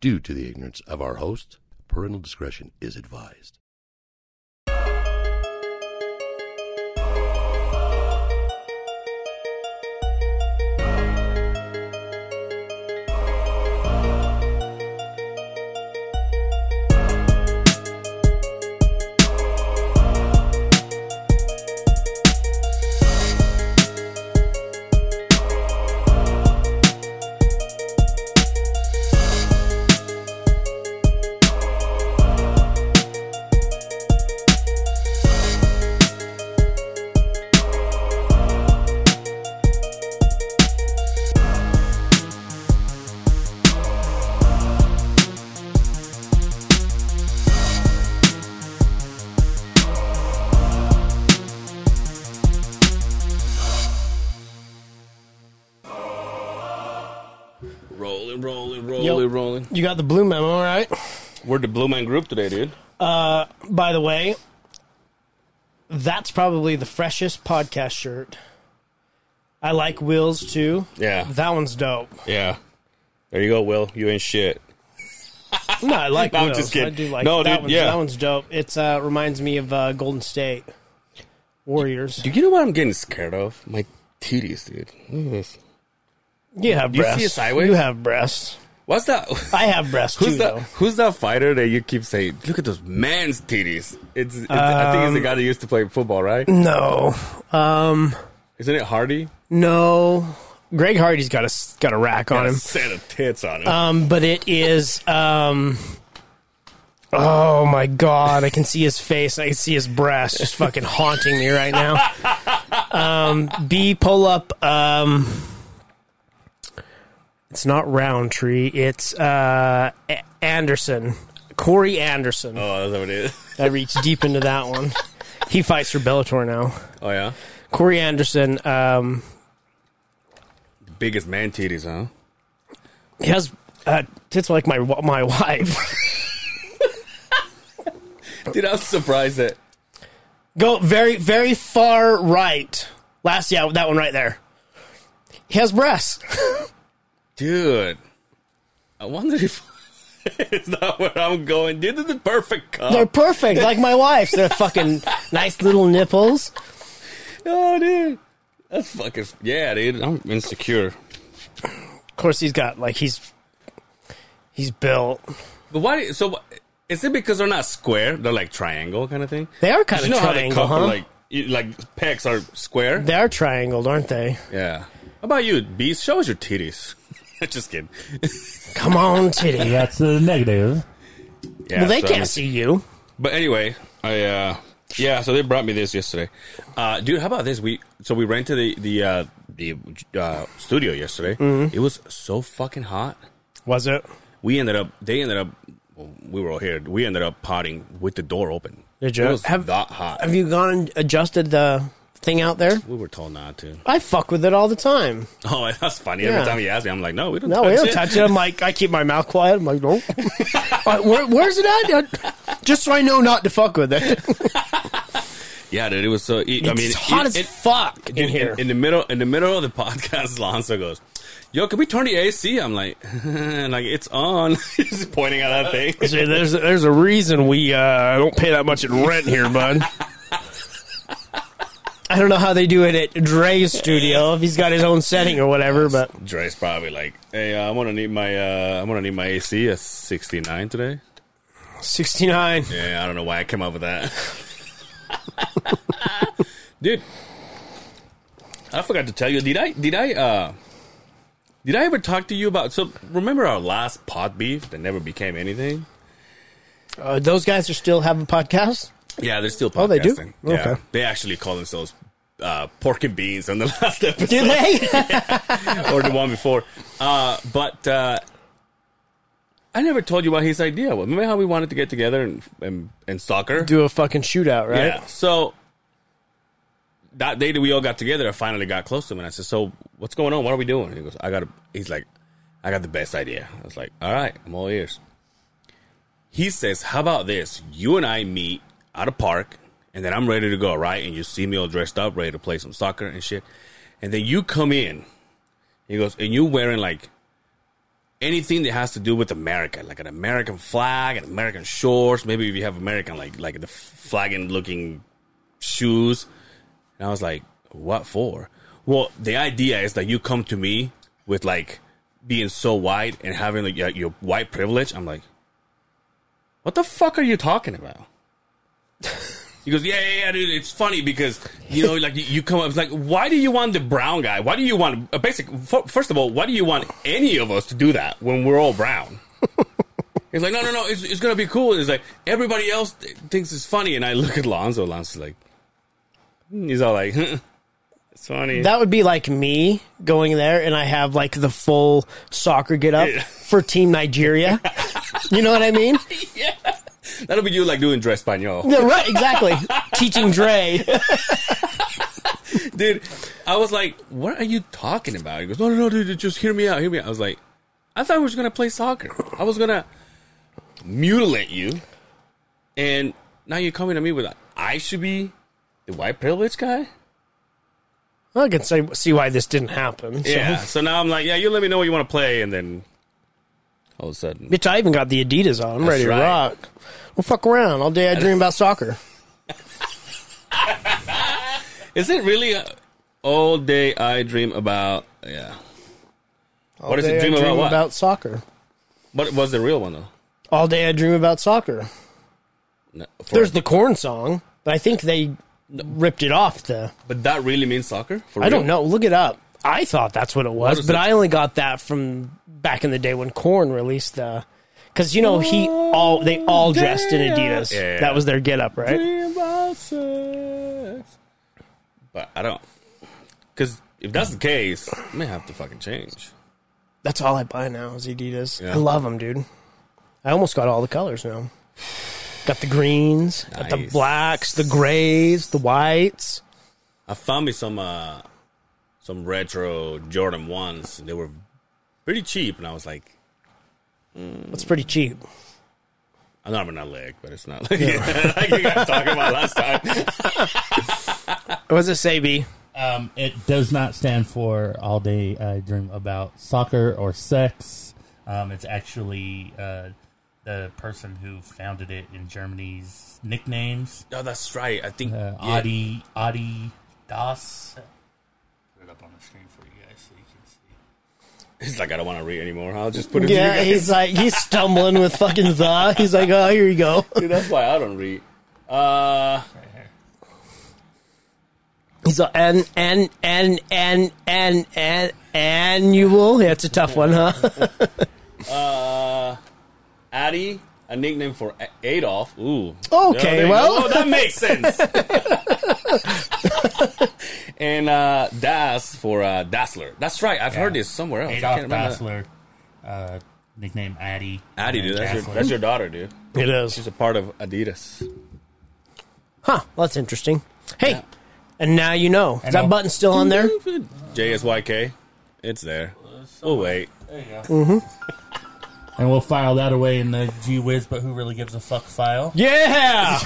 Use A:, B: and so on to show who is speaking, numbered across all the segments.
A: due to the ignorance of our host. Parental discretion is advised.
B: Rolling, rolling, rolling, rolling.
C: You got the blue memo, all right?
B: We're the Blue Man Group today, dude.
C: By the way, that's probably the freshest podcast shirt. I like Will's too.
B: Yeah.
C: That one's dope.
B: Yeah. There you go, Will. You ain't shit.
C: No, I like
B: No, I'm
C: Will's.
B: just kidding.
C: I do like
B: No,
C: that
B: dude,
C: one's
B: yeah.
C: that one's dope. It's uh reminds me of uh Golden State Warriors.
B: Do you know what I'm getting scared of? My titties, dude. Look at this.
C: You have
B: You see
C: breasts.
B: it sideways?
C: You have breasts.
B: What's that?
C: I have breasts too
B: Who's that?
C: Uh, though.
B: Who's that fighter that you keep saying? Look at those man's titties. It's. it's I think it's the guy that used to play football, right?
C: No. Um
B: Isn't it Hardy?
C: no. Greg Hardy's got a got a rack on
B: Got a
C: him.
B: set of tits on him.
C: Um, but it is. Um, oh my god! I can see his face. I can see his breast, just fucking haunting me right now. Um, B pull up. Um, it's not Roundtree. It's uh, A- Anderson. Corey Anderson.
B: oh, that's what it is.
C: I reached deep into that one. He fights for Bellator now.
B: Oh yeah,
C: Corey Anderson. Um,
B: biggest man titties, huh?
C: he has uh, tits like my wa- my wife.
B: Dude, I was surprised that.
C: Go very, very far right. Last, yeah, that one right there. He has breasts.
B: Dude, I wonder if it's not where I'm going. Dude, this is the perfect
C: They're
B: cup.
C: perfect, like my wife's. They're fucking nice little nipples.
B: Oh, dude, that's fucking yeah, dude. I'm insecure.
C: Of course, he's got like he's he's built.
B: But why? do you- So wh- is it because they're not square? They're like triangle kind of thing.
C: They are kind
B: You
C: of
B: know how
C: triangle,
B: the cup
C: huh?
B: are like you- like pecs are square.
C: they are triangled, aren't they?
B: yeah. How about you, Beast? Show us your titties. Just kidding.
C: Come on, titty. well,
D: That's the negative.
B: Yeah,
C: they
B: so-
C: can't see you.
B: But anyway, I uh yeah, so they brought me this yesterday. Uh dude, how about this? We so we rented the the uh the uh studio yesterday.
C: Mm-hmm.
B: It was so fucking hot.
C: Was it?
B: We ended up they ended up well, we were all here. We ended up potting with the door open.
C: Did you?
B: It was
C: Have-
B: that hot.
C: Have you gone and adjusted the thing out there?
B: we were told not to.
C: I fuck with it all the time.
B: Oh, that's funny.
C: Yeah.
B: Every time he asked me, I'm like, no, we don't.
C: No,
B: touch
C: we don't
B: it.
C: touch it. I'm like, I keep my mouth quiet. I'm like, no. Uh, where, where's it at? Uh, Just so I know not to fuck with it.
B: Yeah, dude, it was so. It, I mean,
C: it's hot
B: it-
C: as
B: it-
C: fuck in
B: Dude,
C: here.
B: In, the middle, in the middle of the podcast, Lonzo goes, "Yo, can we turn the AC?" I'm like, "Like it's on." He's pointing at that thing.
C: See, there's there's a reason we uh, don't pay that much in rent here, bud. I don't know how they do it at Dre's studio if he's got his own setting or whatever, but
B: Dre's probably like, "Hey, uh, I'm gonna need my, uh, I'm gonna need my AC at 69 today."
C: 69.
B: Yeah, I don't know why I came up with that, dude. I forgot to tell you. Did I? Did I? uh Did I ever talk to you about? So remember our last pot beef that never became anything.
C: Uh, those guys are still having podcasts.
B: Yeah, they're still podcasting.
C: Oh, they do?
B: Yeah.
C: Okay.
B: They actually call themselves uh, pork and beans on the last episode
C: Do they?
B: or the one before. Uh, but uh, I never told you what his idea was. Remember how we wanted to get together and and, and soccer?
C: do a fucking shootout, right?
B: Yeah. So that day that we all got together, I finally got close to him and I said, So what's going on? What are we doing? He goes, I got a he's like, I got the best idea. I was like, All right, I'm all ears. He says, How about this? You and I meet at a park and then I'm ready to go, right? And you see me all dressed up, ready to play some soccer and shit. And then you come in. He goes, and you wearing like anything that has to do with America, like an American flag, and American shorts. Maybe if you have American like like the flagging looking shoes. And I was like, what for? Well, the idea is that you come to me with like being so white and having like your, your white privilege. I'm like, what the fuck are you talking about? He goes, yeah, yeah, yeah, dude. It's funny because you know, like you, you come up, it's like, why do you want the brown guy? Why do you want a basic? f- First of all, why do you want any of us to do that when we're all brown? He's like, no, no, no. It's, it's gonna be cool. And it's like everybody else th- thinks it's funny, and I look at Lonzo. Lonzo's like, "Hmm," he's all like, it's funny.
C: That would be like me going there and I have like the full soccer get up
B: Yeah.
C: for Team Nigeria. you know what I mean?
B: That'll be you like doing dress español.
C: Yeah, right, exactly. Teaching Dre.
B: dude. I was like, "What are you talking about?" He goes, "No, no, no, dude, just hear me out, hear me out." I was like, "I thought we was gonna play soccer. I was gonna mutilate you, and now you're coming to me with I should be the white privilege guy."
C: Well, I can say, see why this didn't happen. so.
B: Yeah. So now I'm like, "Yeah, you let me know what you want to play," and then all of a sudden,
C: Bitch, I even got the Adidas on. I'm ready
B: right.
C: to rock. Well, fuck around. All day I dream about soccer.
B: is it really uh all day I dream about? Yeah.
C: All
B: What is
C: day
B: it? Dream
C: I
B: about what?
C: about soccer.
B: What was the real one though?
C: All day I dream about soccer.
B: No, for-
C: There's the corn song, but I think they ripped it off the.
B: but that really means soccer. For
C: I don't
B: real?
C: know. Look it up. I thought that's what it was,
B: is
C: but
B: it?
C: I only got that from back in the day when Corn released the. Because you know he all they all dressed in Adidas.
B: Yeah.
C: That was their get up, right?
B: dream about sex. But I don't. Because if that's the case, I may have to fucking change.
C: That's all I buy now is Adidas.
B: Yeah.
C: I love them, dude. I almost got all the colors now. Got the greens, got the
B: Nice.
C: blacks, the grays, the whites.
B: I found me some uh, some retro Jordan 1s. and They were pretty cheap. And I was like,
C: That's pretty cheap.
B: I'm not even a leg, but it's not like, like you guys talking about last time.
C: What does it say, B?
D: Um, it does not stand for all day I dream about soccer or sex. Um, it's actually uh, the person who founded it in Germany's nicknames.
B: No, that's right. I think.
D: Uh,
B: yeah.
D: Adi Adi Das. Put it up on the screen for you guys so you can see.
B: He's like, I don't want to read anymore. I'll just put it to
C: Yeah,
B: you guys.
C: he's like he's stumbling with fucking the. He's like, oh, here you go.
B: Dude, that's why I don't read. Uh,
C: He's like, an an an an an an annual. Yeah, it's a tough one, huh?
B: Addy, a nickname for A- Adolf. Ooh.
C: Okay,
B: there you
C: well.
B: go. Oh, that makes sense. and uh, Das for uh, Dassler. That's right. I've heard this somewhere else. I
D: Adolf
B: can't remember.
D: Dassler, uh, nickname Addy.
B: Addy, dude. That's your,
D: Dassler.
B: that's your daughter, dude.
C: It is.
B: She's a part of Adidas.
C: Huh? Well, that's interesting. Hey, and now you know. Is that
D: know.
C: button still on there?
B: JSYK. It's there. Oh, wait.
D: And we'll file that away in the G Whiz, but who really gives a fuck file?
C: Yeah.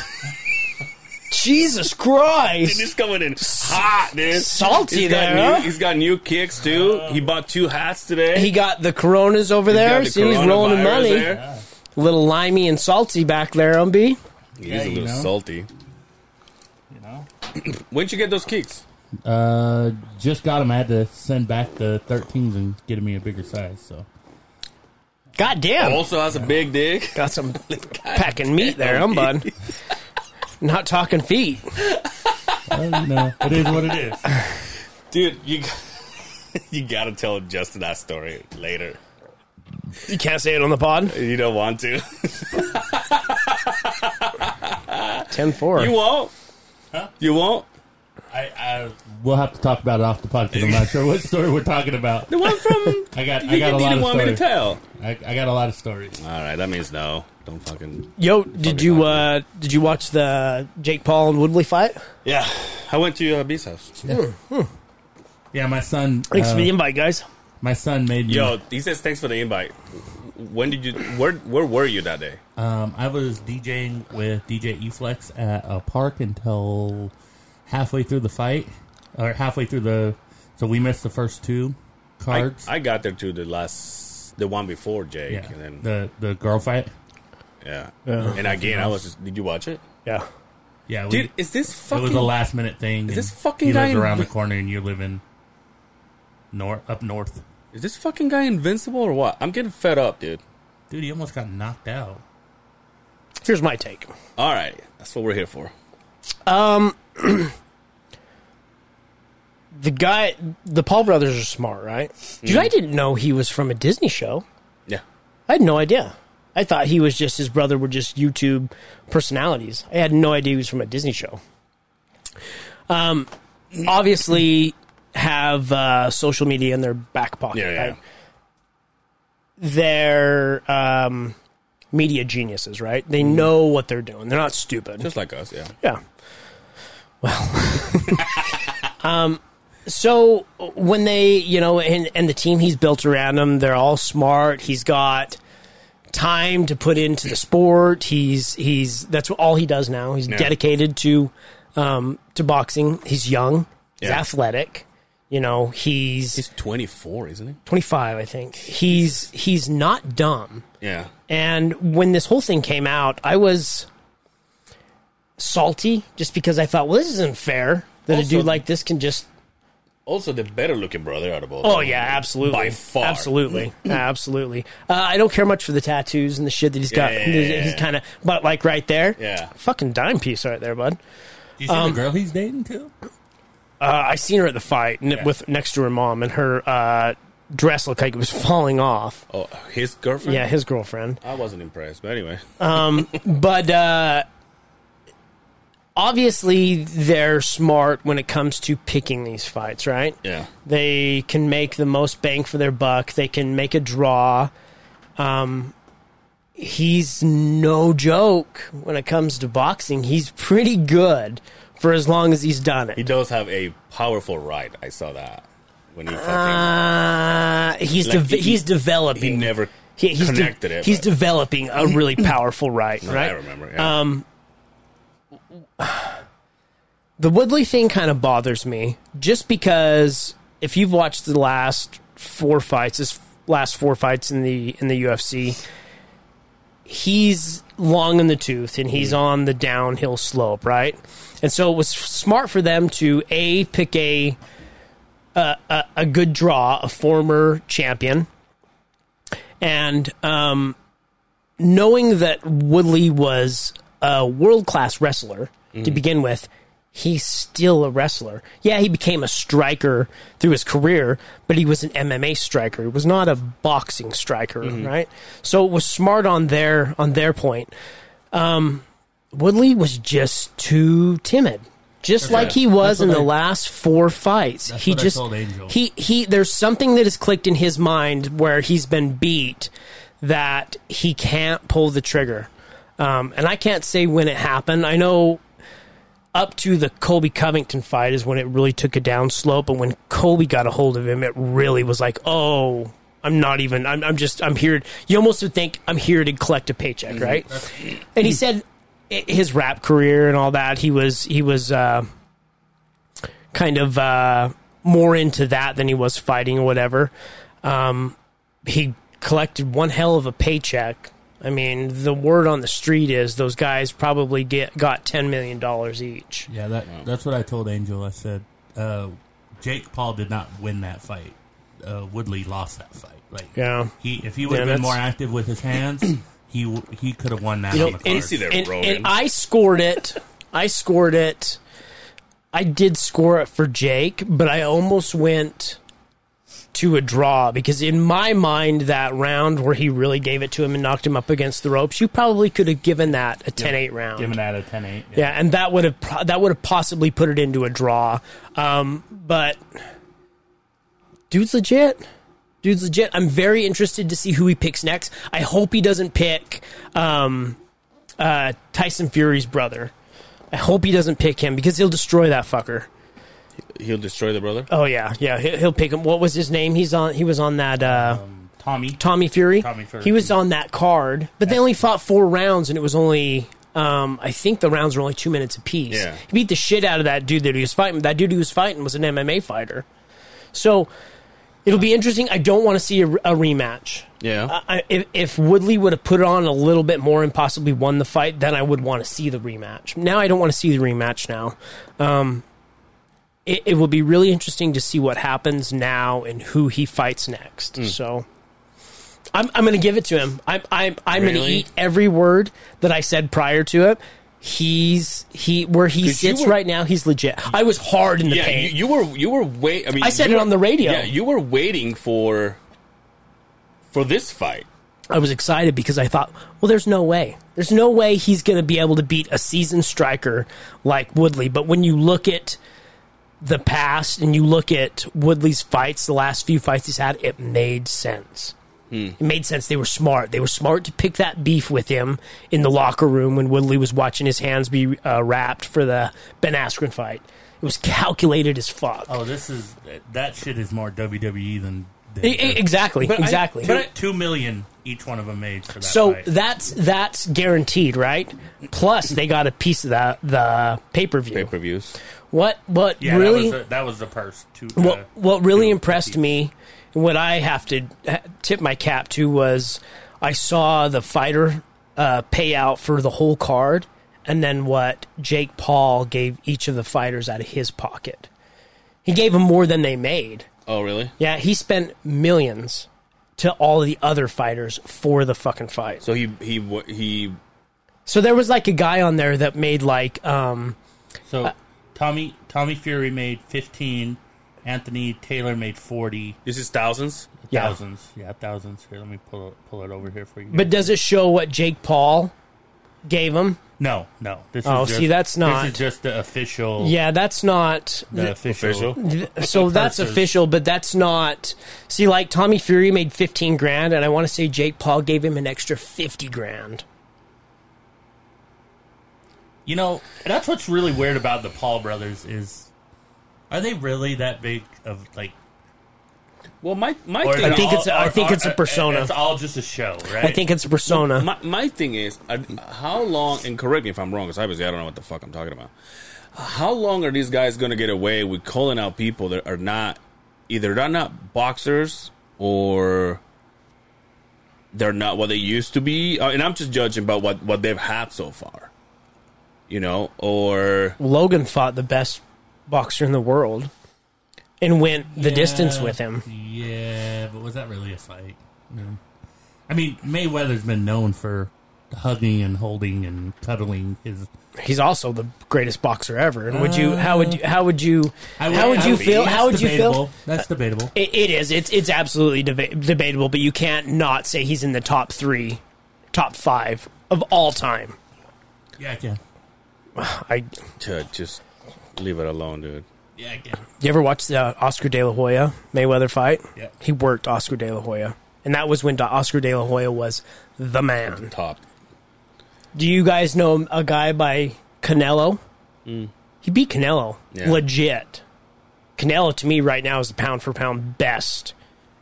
C: Jesus
B: Dude,
C: Christ.
B: He's coming in hot, dude.
C: Salty
B: He's got
C: there,
B: new-
C: huh?
B: He's got new kicks, too. He bought two hats today.
C: He got the Coronas over
B: He's got
C: there.
B: the
C: See, he's rolling in
B: coronavirus
C: money.
B: there.
C: Little limey and salty back there, Umby.
B: He's
D: Yeah,
B: a
D: you
B: little
D: know.
B: salty.
D: You know?
B: When'd you get those kicks?
D: Uh, just got him. I had to send back the 13s and get me a bigger size. So
C: God damn.
B: Also has a big dick.
C: Got some packing meat there, um, bud. Not talking feet.
D: well, you know, it is what it is.
B: dude you g- you gotta tell justin that story later
C: You can't say it on the pod.
B: you don't want to
C: 10 4.
B: you won't you won't
D: I, I we'll have to talk about it off the podcast. I'm not sure what story we're talking about.
B: the one from
D: I got
B: you
D: I got
B: didn't
D: a lot of
B: want me to
D: stories.
B: tell
D: I, I got a lot of stories.
B: all right that means no don't fucking
C: Yo, did you uh, did you watch the Jake Paul and Woodley fight?
B: yeah i went to uh, b's house
D: Yeah, my son.
C: Thanks
D: uh,
C: for the invite, guys.
D: my son made me.
B: yo he says thanks for the invite when did you where where were you that day
D: Um, I was DJing with DJ Eflex at a park until halfway through the fight, or halfway through the. So we missed the first two
B: I,
D: cards.
B: I got there to the last the one before Jake,
D: Yeah.
B: and then
D: The the girl fight.
B: yeah.
C: Yeah.
B: And again, I was just. Did you watch it,
C: Yeah.
D: Yeah,
C: Mm-hmm.
D: we,
B: dude? Is this
D: it
B: fucking?
D: was a last minute thing.
B: Is
D: and
B: this fucking
D: He
B: guy
D: lives
B: in-
D: around the corner, and you live in north up north.
B: Is this fucking guy invincible or what? I'm getting fed up, dude.
D: Dude, he almost got knocked out.
C: Here's my take.
B: All right, that's what we're here for.
C: The guy, the Paul brothers are smart, right? Dude,
B: Mm-hmm.
C: I didn't know he was from a Disney show.
B: Yeah,
C: I had no idea. I thought he was just his brother were just YouTube personalities. I had no idea he was from a Disney show. Um, obviously have uh, social media in their back pocket.
B: yeah, yeah.
C: right? They're um, media geniuses, right? They know what they're doing. They're not stupid.
B: Just like us, yeah.
C: Yeah. Well, um, um, so when they, you know, and, and the team he's built around him, they're all smart. He's got time to put into the sport. He's he's that's all he does now. He's
B: Yeah.
C: dedicated to um, to boxing. He's young. He's
B: Yeah.
C: athletic. You know, he's
B: He's 24, isn't he?
C: 25, I think. He's he's not dumb.
B: Yeah.
C: And when this whole thing came out, I was salty just because I thought, well, this isn't fair that a
B: Also-
C: dude like this can just.
B: Also, the better looking brother out of both.
C: Oh yeah, absolutely,
B: By far.
C: absolutely, absolutely. Uh, I don't care much for the tattoos and the shit that he's got.
B: Yeah, yeah, yeah,
C: he's
B: yeah.
C: kind of, but like right there,
B: Yeah.
C: fucking dime piece right there, bud.
D: Do you see the girl he's dating too?
C: Uh, I seen her at the fight n-
D: Yeah.
C: with next to her mom, and her uh, dress looked like it was falling off.
B: Oh, his girlfriend?
C: Yeah, his girlfriend.
B: I wasn't impressed, but anyway.
C: but uh, obviously they're smart when it comes to picking these fights, right?
B: Yeah.
C: They can make the most bang for their buck. They can make a draw. Um, he's no joke when it comes to boxing. He's pretty good for as long as he's done
B: He
C: it.
B: does have a powerful ride. I saw that. When he fucking.
C: Uh, he's
B: Like,
C: de-
B: he-
C: he's developing.
B: he never
C: He- he's de-
B: connected it.
C: He's
B: but-
C: developing a really powerful right, right? Um,
B: I remember. Yeah.
C: the Woodley thing kind of bothers me just because if you've watched the last four fights, his last four fights in the in the UFC, he's long in the tooth and he's on the downhill slope, right? And so it was smart for them to a pick a a, a, a good draw, a former champion, and um, knowing that Woodley was a world class wrestler
D: Mm.
C: to begin with, he's still a wrestler. Yeah, he became a striker through his career, but he was an MMA striker. He was not a boxing striker,
D: Mm-hmm.
C: right? So it was smart on their on their point. Um, Woodley was just too timid. Just like he was
D: That's
C: in
D: what
C: the
D: I-
C: last four fights, he
D: what I
C: just
D: told Angel.
C: he he. There's something that has clicked in his mind where he's been beat that he can't pull the trigger. Um, and I can't say when it happened. I know up to the Colby Covington fight is when it really took a down slope. And when Colby got a hold of him, it really was like, oh, I'm not even, I'm, I'm just, I'm here. You almost would think I'm here to collect a paycheck, right? And he said i- his rap career and all that, he was, he was, uh, kind of, uh, more into that than he was fighting or whatever. Um, he collected one hell of a paycheck. I mean, the word on the street is those guys probably get got ten million dollars each.
D: Yeah, that that's what I told Angel. I said uh, Jake Paul did not win that fight. Uh, Woodley lost that fight. Like,
C: Yeah.
D: he if he would have
C: Yeah,
D: been
C: that's-
D: more active with his hands, he w- he could have won that.
C: You know,
D: on the
C: and,
D: card.
B: see that
C: and-
B: Rogan.
C: and I scored it. I scored it. I did score it for Jake, but I almost went to a draw because in my mind that round where he really gave it to him and knocked him up against the ropes, you probably could have given that a 10-8 round.
D: Give him that a 10-8.
C: Yeah, and that would have pro- that would have possibly put it into a draw. Um, but dude's legit. Dude's legit. I'm very interested to see who he picks next. I hope he doesn't pick um, uh, Tyson Fury's brother. I hope he doesn't pick him because he'll destroy that fucker.
B: He'll destroy the brother.
C: Oh yeah, yeah. he- He'll pick him. What was his name? He's on. He was on that. Uh,
D: Um, Tommy.
C: Tommy Fury.
D: Tommy Fury.
C: He was on that card, but they only fought four rounds, and it was only. Um, I think the rounds were only two minutes apiece.
B: Yeah.
C: He beat the shit out of that dude that he was fighting. That dude he was fighting was an MMA fighter. So It'll be interesting. I don't want to see a, a rematch.
B: Yeah.
C: I, I- if, if Woodley would have put it on a little bit more and possibly won the fight, then I would want to see the rematch. Now I don't want to see the rematch. Now, um, it, it will be really interesting to see what happens now and who he fights next.
B: Hmm.
C: So, I'm I'm going to give it to him. I'm I'm I'm going
B: Really?
C: to eat every word that I said prior to it. He's he where he
B: 'Cause you
C: sits
B: were-
C: right now. He's legit. I was hard in the
B: yeah,
C: paint.
B: you, you were you were wait. I mean,
C: I said
B: you
C: it
B: were-
C: on the radio.
B: Yeah, you were waiting for for this fight.
C: I was excited because I thought, well, there's no way. There's no way he's going to be able to beat a seasoned striker like Woodley. But when you look at the past and you look at Woodley's fights, the last few fights he's had, it made sense.
B: Hmm.
C: It made sense. They were smart. They were smart to pick that beef with him in the locker room when Woodley was watching his hands be uh, wrapped for the Ben Askren fight. It was calculated as fuck.
D: Oh, this is that shit is more WWE than. than
C: E- e- exactly.
B: But I-
C: exactly.
B: but I-
D: two million each one of them made for that.
C: So
D: fight.
C: that's that's guaranteed, right? Plus, they got a piece of that the pay per
B: Pay
C: view.
B: per views.
C: What what
D: yeah,
C: really
D: that was, the, that was the purse. Two,
C: what
D: uh,
C: what really
D: two
C: impressed
D: fifty.
C: me, and what I have to ha- tip my cap to was I saw the fighter uh, payout for the whole card, and then what Jake Paul gave each of the fighters out of his pocket. He gave them more than they made.
B: Oh, really?
C: Yeah, he spent millions to all the other fighters for the fucking fight.
B: So he he wa- he.
C: So there was like a guy on there that made like um
D: So Tommy Tommy Fury made fifteen. Anthony Taylor made forty
B: This is thousands.
C: Yeah.
D: thousands. Yeah, thousands. Here, let me pull pull it over here for you.
C: but does it show what Jake Paul gave him?
D: no, no. This
C: Oh,
D: is just,
C: see, that's not-
D: This is just the official.
C: Yeah, that's not
D: the official.
C: so that's
D: purses.
C: official, but that's not See like Tommy Fury made 15 grand and I want to say Jake Paul gave him an extra 50 grand.
D: You know, that's what's really weird about the Paul brothers is, are they really that big of like?
B: Well, my my
D: or is
B: thing.
D: it
C: I think
D: all-
C: it's a- I
D: or-
C: think
D: or-
C: it's a
D: uh,
C: persona.
D: It's all just a show, right?
C: I think it's a persona.
B: My, my thing is, uh, how long? And correct me if I'm wrong, because obviously I don't know what the fuck I'm talking about. How long are these guys going to get away with calling out people that are not either they're not boxers or they're not what they used to be? Uh, and I'm just judging by what what they've had so far, you know. Or
C: Logan fought the best boxer in the world and went the distance with him.
D: Yeah, but was that really a fight? No. I mean, Mayweather's been known for hugging and holding and cuddling his.
C: He's also the greatest boxer ever. And would you how would you how would you how would
D: I
C: you feel
D: that's
C: how would you feel
D: debatable. That's debatable.
C: It, it is. It's it's absolutely deba- debatable, but you can't not say he's in the top three, top five of all time.
D: Yeah, I can.
C: I.
B: to just leave it alone, dude.
D: Yeah, I can.
C: You ever watch the Oscar De La Hoya Mayweather fight?
D: Yeah.
C: He worked Oscar De La Hoya, and that was when Do- Oscar De La Hoya was the man.
B: Top.
C: Do you guys know a guy by Canelo? He beat Canelo.
B: Yeah.
C: Legit. Canelo to me right now is the pound for pound best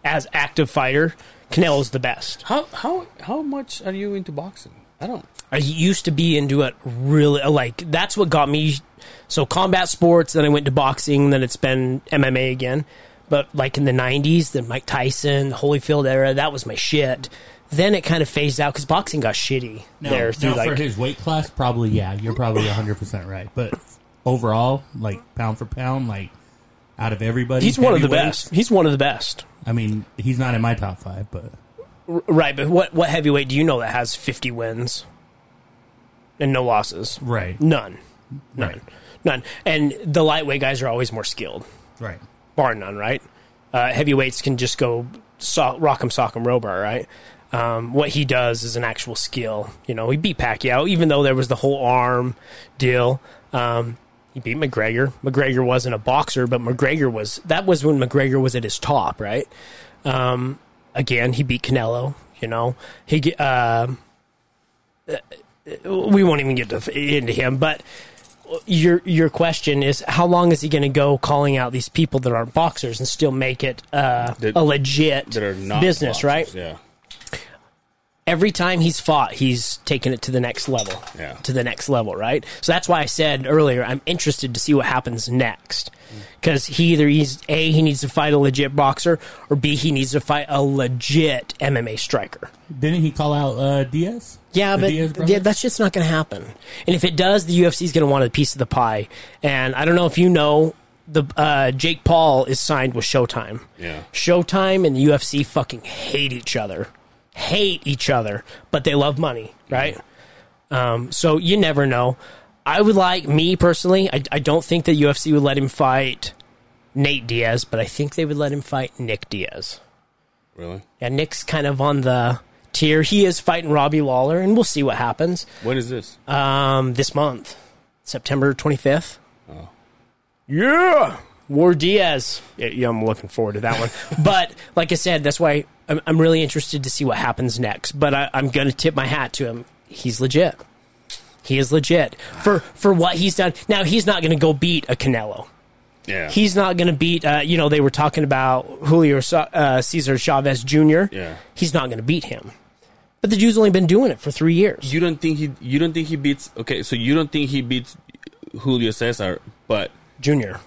C: as active fighter. Canelo's the best.
B: How how how much are you into boxing? I don't.
C: I used to be into it really like that's what got me so combat sports then I went to boxing then it's been MMA again but like in the 90s the Mike Tyson Holyfield era that was my shit then it kind of phased out cuz boxing got shitty
D: Now,
C: there
D: now
C: through like
D: for his weight class, probably yeah, you're probably 100 percent right. But overall, like pound for pound, like out of everybody,
C: he's one of the
D: heavyweight,
C: best he's one of the best
D: I mean, he's not in my top five, but
C: R- right but what what heavyweight do you know that has 50 wins and no losses
D: right,
C: none none
D: Right.
C: none and the lightweight guys are always more skilled
D: right.
C: bar none, right? Uh, heavyweights can just go so- rock'em sock'em robar, right? Um, what he does is an actual skill. You know, he beat Pacquiao, even though there was the whole arm deal. Um, he beat McGregor. McGregor wasn't a boxer, but McGregor was. That was when McGregor was at his top, right? Um, again, he beat Canelo. You know, he. ge- um, Uh, we won't even get to, into him, but your your question is how long is he going to go calling out these people that aren't boxers and still make it uh,
B: That-
C: a legit
B: That are not
C: business,
B: boxers,
C: right?
B: Yeah.
C: every time he's fought, he's taken it to the next level.
B: Yeah.
C: To the next level, right? So that's why I said earlier, I'm interested to see what happens next. Because he either he's A, he needs to fight a legit boxer, or B, he needs to fight a legit MMA striker.
D: Didn't he call out uh, Diaz?
C: Yeah,
D: The
C: but
D: Diaz brother?
C: yeah, that's just not going to happen. And if it does, the UFC is going to want a piece of the pie. And I don't know if you know, the uh, Jake Paul is signed with Showtime.
B: Yeah.
C: Showtime and the UFC fucking hate each other, hate each other, but they love money, right? Um, so you never know. I would like me personally. I, I don't think the UFC would let him fight Nate Diaz, but I think they would let him fight Nick Diaz.
B: Really?
C: Yeah, Nick's kind of on the tier. He is fighting Robbie Lawler, and we'll see what happens.
B: When is this?
C: Um, this month, September 25th. Yeah, War Diaz. Yeah, yeah, I'm looking forward to that one. but like I said, that's why I'm, I'm really interested to see what happens next. But I, I'm going to tip my hat to him. He's legit. He is legit for for what he's done. Now he's not going to go beat a Canelo
B: yeah.
C: he's not going to beat. Uh, you know, they were talking about Julio Sa- uh, Cesar Chavez Jr.
B: Yeah.
C: he's not going to beat him. But the dude's only been doing it for three years.
B: you don't think he? You don't think he beats? Okay, so you don't think he beats Julio Cesar, but
C: Junior,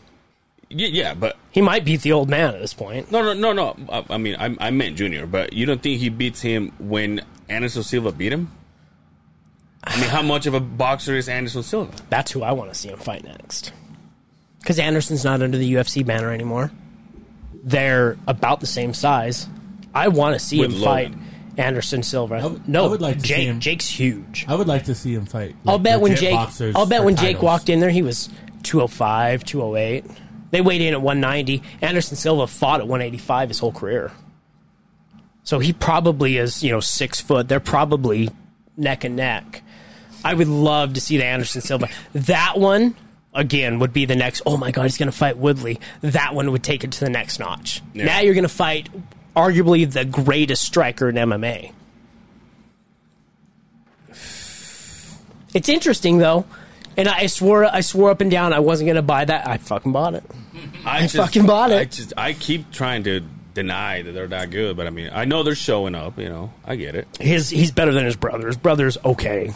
B: yeah, yeah, but
C: he might beat the old man at this point.
B: no, no, no, no. I, I mean, I, I meant Junior, but you don't think he beats him when Anderson Silva beat him? I mean, how much of a boxer is Anderson Silva?
C: That's who I want to see him fight next. Because Anderson's not under the UFC banner anymore. They're about the same size. I want to see
B: With
C: him
B: Logan.
C: fight Anderson Silva.
D: I would-
C: no,
D: I would like to see
C: Jake.
D: him-
C: Jake's huge.
D: I would like to see him fight.
C: I'll
D: like,
C: bet when
D: legit
C: Jake.
D: boxers
C: I'll bet
D: for
C: when Jake
D: titles.
C: walked in there, he was 205, 208. They weighed in at 190. Anderson Silva fought at 185 his whole career. So he probably is, you know, six foot. They're probably neck and neck. I would love to see the Anderson Silva. That one again would be the next. Oh my God, he's going to fight Woodley. That one would take it to the next notch.
B: Yeah.
C: Now you're going to fight arguably the greatest striker in MMA. It's interesting though, and I swore I swore up and down I wasn't going to buy that. I fucking bought it.
B: I, just,
C: fucking bought
B: I
C: it.
B: just, I keep trying to deny that they're not good, but I mean, I know they're showing up. You know, I get it.
C: His he's better than his brother. His brother's okay.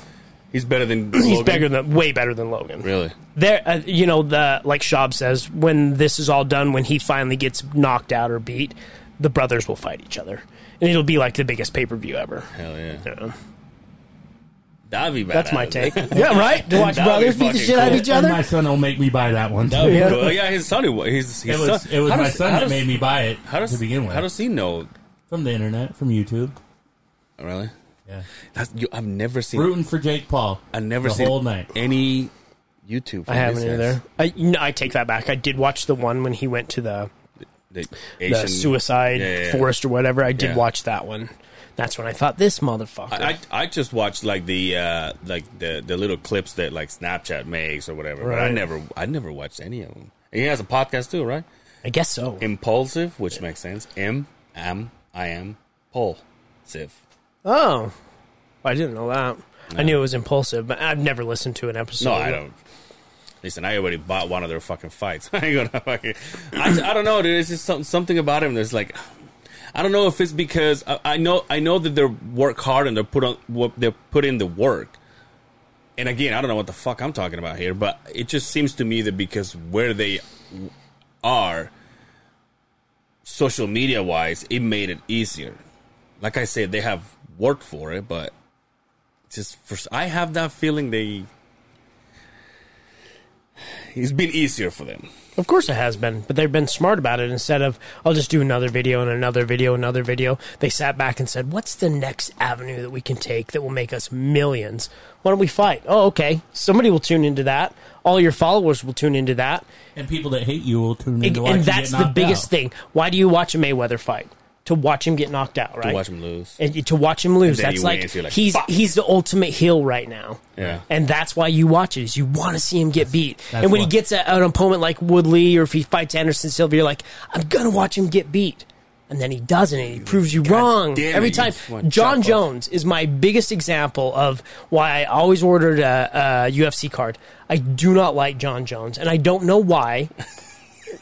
B: He's better than
C: He's
B: Logan.
C: bigger than way better than Logan.
B: Really?
C: there uh, you know the like Shab says when this is all done when he finally gets knocked out or beat the brothers will fight each other and it'll be like the biggest pay-per-view ever
B: Hell yeah.
C: Yeah.
B: That'd be bad.
C: that's my take yeah right to watch
B: That would be
C: brothers beat the
B: fucking
C: shit out of
B: cool.
C: each
D: And my
C: other
D: son will make me buy that one.
B: That would be
C: Yeah.
B: cool. yeah, his son. He, his, his
D: It was
B: son.
D: it was
B: How
D: my
B: does-
D: son
B: how
D: that
B: does-
D: made me buy it
B: How does
D: to begin with.
B: How does he know?
D: from the internet, from YouTube.
B: Really?
D: Yeah.
B: That's, you, I've never seen.
D: Rooting for Jake Paul.
B: I've never
D: the
B: seen
D: whole night.
B: any YouTube.
C: I haven't either I, no, I take that back I did watch the one when he went to the,
B: The
C: the
B: Asian-
C: suicide
B: Yeah, yeah, yeah.
C: forest or whatever I did
B: Yeah.
C: watch that one that's when I thought this motherfucker
B: I, I I just watched like the uh, like the the little clips that like Snapchat makes or whatever. But I
C: Right.
B: never I never watched any of them. And he has a podcast too, right?
C: I guess so
B: Impulsive, which makes sense. M M I am Paul Siv.
C: oh I didn't know that I knew it was impulsive but I've never listened to an episode
B: No, I don't. Listen, I already bought one of their fucking fights. I ain't gonna fucking. I, I don't know, dude. It's just something, something about him that's like, I don't know if it's because I, I know I know that they work hard and they're put on what they put in the work. And again, I don't know what the fuck I'm talking about here, but it just seems to me that because where they are, social media wise, it made it easier. Like I said, they have worked for it, but just for I have that feeling they it's been easier for them.
C: Of course it has been, but they've been smart about it. Instead of I'll just do another video and another video, another video, they sat back and said, "What's the next avenue that we can take that will make us millions? Why don't we fight? Oh, okay, somebody will tune into that. All your followers will tune into that,
D: And people that hate you will tune in
C: and,
D: to watch
C: and
D: you
C: that's
D: get
C: the
D: knocked
C: biggest
D: out.
C: thing. Why do you watch a Mayweather fight? To watch him get knocked out, right?
B: To watch them lose.
C: and to watch him lose.
B: And then
C: That's
B: he
C: like,
B: wins, you're like,
C: he's
B: "Fuck."
C: he's the ultimate heel right now.
B: Yeah.
C: And that's why you watch it is you want to see him get beat.
D: that's
C: and when
D: why-
C: he gets a, an opponent like Woodley or if he fights Anderson Silva, you're like, I'm gonna watch him get beat. And then he doesn't, and he proves you wrong
B: damn it,
C: every
B: you
C: time.
B: just want to chop
C: John
B: off.
C: Jones is my biggest example of why I always ordered a, a UFC card. I do not like John Jones, and I don't know why.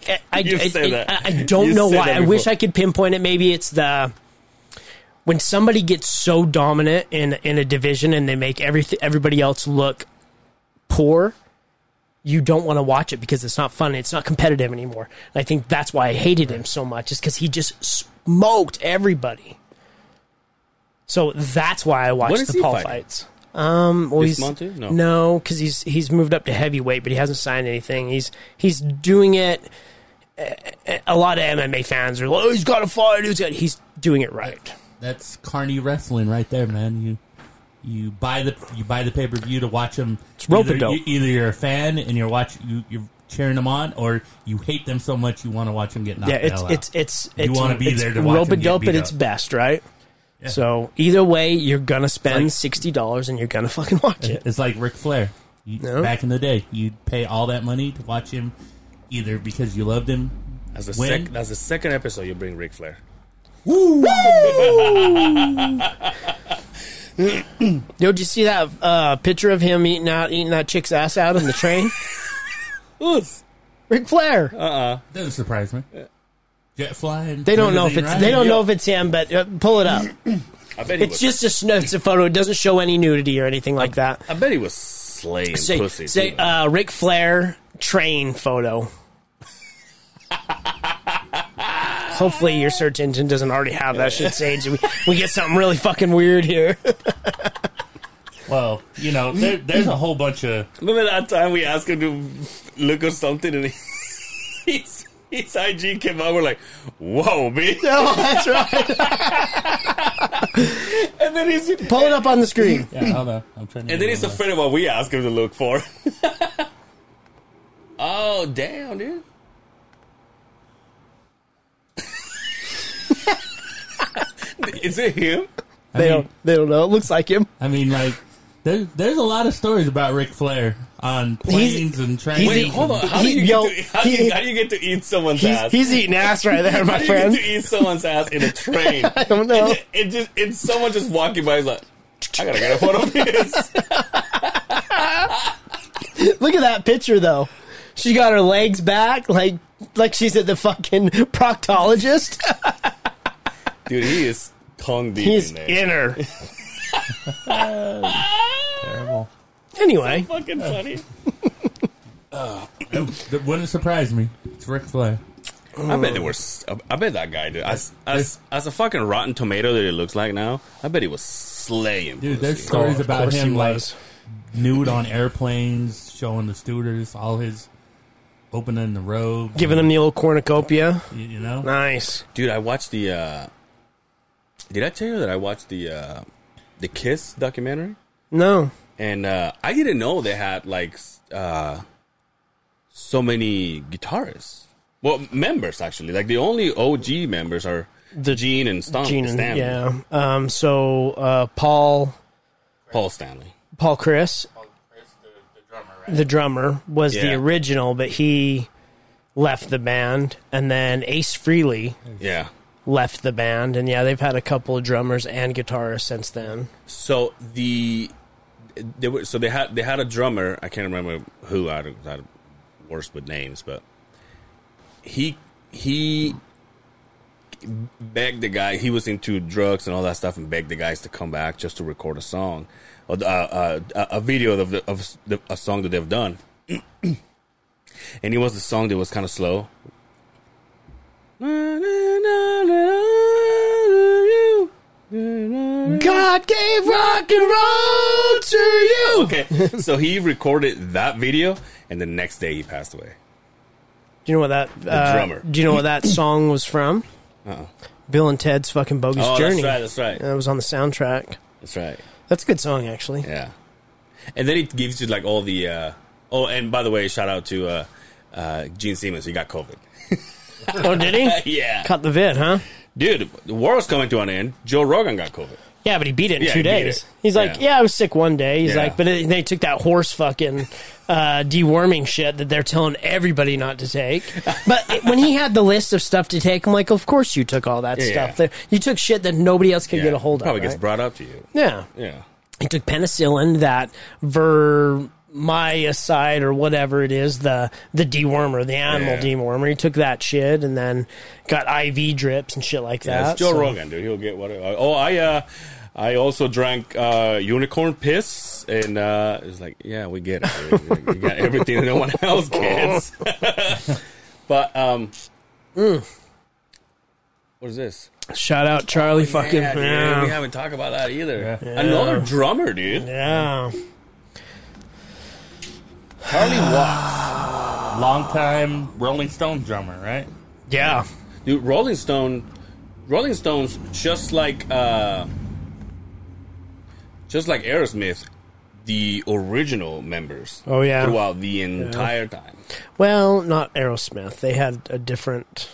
C: I, I,
B: You've
C: I-
B: said that.
C: I- I don't
B: You've
C: know
B: said
C: why.
B: that
C: I wish
B: before.
C: I could pinpoint it. Maybe it's the when somebody gets so dominant in in a division and they make everything everybody else look poor, you don't want to watch it because it's not fun. and It's not competitive anymore. And I think that's why I hated him so much is because he just smoked everybody. So that's why I watched
B: is
C: the
B: he
C: Paul
B: fighting?
C: fights. Um, well,
B: This
C: he's,
B: month too? No.
C: because he's he's moved up to heavyweight, but he hasn't signed anything. He's he's doing it. eh, A lot of MMA fans are like, oh, he's got to fight. He's got. He's doing it right.
D: That's carny wrestling right there, man. You you buy the you buy the pay per view to watch them. It's either,
C: rope-a-dope.
D: you- either you're a fan and you're watch you, you're cheering them on, or you hate them so much you want to watch them get knocked
C: Yeah,
D: the
C: it's
D: hell out.
C: it's it's
D: You
C: it's,
D: wanna be
C: it's
D: there to watch 'em get
C: rope-a-dope at
D: beat
C: its
D: up.
C: best, right? So either way, you're gonna spend
D: like-
C: sixty dollars and you're gonna fucking watch it.
D: It's like Ric Flair. You,
C: No.
D: Back in the day, you'd pay all that money to watch him, either because you loved him.
B: That's the,
D: When-
B: sec- that's the second episode you bring Ric Flair.
C: Yo, did you see that uh, picture of him eating out eating that chick's ass out in the train? Ric Flair.
D: Doesn't surprise me. Jet flying.
C: they don't know if it's they don't know if it's him, but uh, pull it up.
B: I bet he
C: It's
B: was.
C: just a, sn- it's a photo. It doesn't show any nudity or anything like that.
B: I bet he was slaying
C: Say,
B: pussy.
C: say
B: too.
C: uh, Ric Flair train photo. Hopefully, your search engine doesn't already have that shit saved. so We, we get something really fucking weird here.
D: Well, you know, there, there's a whole bunch of
B: Remember that time we asked him to look up something and he, his, his IG came out. We're like, whoa, bitch.
C: oh, that's right.
B: And then he's, and
C: Pull it up on the screen.
D: yeah. Hold on, I'm trying. To
B: then he's afraid of what we ask him to look for. oh, damn, dude. Is it him?
C: They don't. They don't know. It looks like him.
D: I mean, like there's there's a lot of stories about Ric Flair on planes and trains.
C: he's
B: Wait,
C: eating-
B: hold on. How, do,
C: he-
B: you
C: yo,
B: get to, how, do
C: he-
B: you, how do you get to eat someone's
C: He's,
B: ass?
C: he's eating ass right there, my
B: how
C: friend.
B: do you get to eat someone's ass in a train?
C: I don't know.
B: It, it just it's someone just walking by. He's like, I gotta get a photo of this.
C: Look at that picture though. She got her legs back, like like she's at the fucking proctologist.
B: Dude, he is tongue deep
C: He's
B: in there.
C: in her.
D: terrible.
C: Anyway,
B: Fucking funny.
D: That wouldn't surprise me. It's Ric Flair.
B: I bet they were. s- I bet that guy, dude. As as, as a fucking rotten tomato that it looks like now, I bet he was slaying.
D: Dude,
B: pussy.
D: there's stories
C: Oh, of
D: about
C: course he
D: him like
C: was.
D: nude on airplanes, showing the stewardess all his opening the robe.
C: giving him the old cornucopia.
D: you, you know,
C: Nice.
B: dude. I watched the. uh Did I tell you that I watched the uh the Kiss documentary?
C: No.
B: and uh, I didn't know they had like s- uh, so many guitarists. Well, members actually. Like the only OG members are
C: The-
B: Gene and Stan-
C: Gene and
B: Stanley.
C: yeah. Um, so uh, Paul
B: Paul Stanley.
C: Paul Chris,
D: drummer,
C: the drummer, was the
B: Yeah.
C: original, but he left the band, and then Ace Freely
B: Yeah.
C: left the band, and yeah, they've had a couple of drummers and guitarists since then.
B: So the they were so they had they had a drummer. I can't remember who. I don't, I'm worse with names, but he he begged the guy. He was into drugs and all that stuff, and begged the guys to come back just to record a song, or the- uh, uh, a a video of the, of the, a song that they've done. and it was the song that was kind of slow.
C: God gave rock and roll to you.
B: Okay, so he recorded that video, and the next day he passed away.
C: Do you know what that uh,
B: drummer.
C: Do you know what that song was from?
B: Uh-oh.
C: Bill and Ted's fucking bogus
B: Oh,
C: journey.
B: that's right, that's right,
C: That was on the soundtrack.
B: that's right.
C: That's a good song, actually.
B: Yeah, and then it gives you like all the. Uh, oh, and by the way, shout out to uh, uh, Gene Simmons. He got COVID.
C: Oh, did he?
B: Yeah,
C: Cut the vid, huh?
B: dude, the world's coming to an end. Joe Rogan got COVID.
C: Yeah, but he beat it in
B: Yeah,
C: two
B: he beat
C: days.
B: it.
C: He's like, yeah.
B: Yeah.
C: I was sick one day. He's
B: Yeah.
C: like, but it, they took that horse fucking uh, deworming shit that they're telling everybody not to take. But it- when he had the list of stuff to take, I'm like, of course you took all that
B: Yeah,
C: stuff.
B: yeah.
C: There- You took shit that nobody else could
B: Yeah,
C: get a hold of.
B: Probably
C: right?
B: gets brought up to you.
C: yeah.
B: Yeah,
C: He took penicillin, that ver my aside or whatever it is, the the dewormer, the animal
B: Yeah.
C: dewormer. He took that shit and then got IV drips and shit like
B: That's
C: that.
B: Joe
C: so-
B: Rogan, dude. He'll get whatever. Oh, I uh, I also drank uh, unicorn piss, and uh, it's like, yeah, we get it. dude. you got everything that no one else gets. but um, what is this?
C: Shout out Charlie fucking
B: Yeah, dude,
C: yeah.
B: we haven't talked about that either.
D: Yeah.
B: Another drummer, dude.
C: Yeah.
B: Charlie Watts,
D: Longtime Rolling Stone drummer, right?
C: Yeah.
B: dude. Rolling Stone, Rolling Stones, just like uh, just like Aerosmith, the original members.
C: Oh, yeah.
B: throughout the entire time.
C: Well, not Aerosmith. They had a different.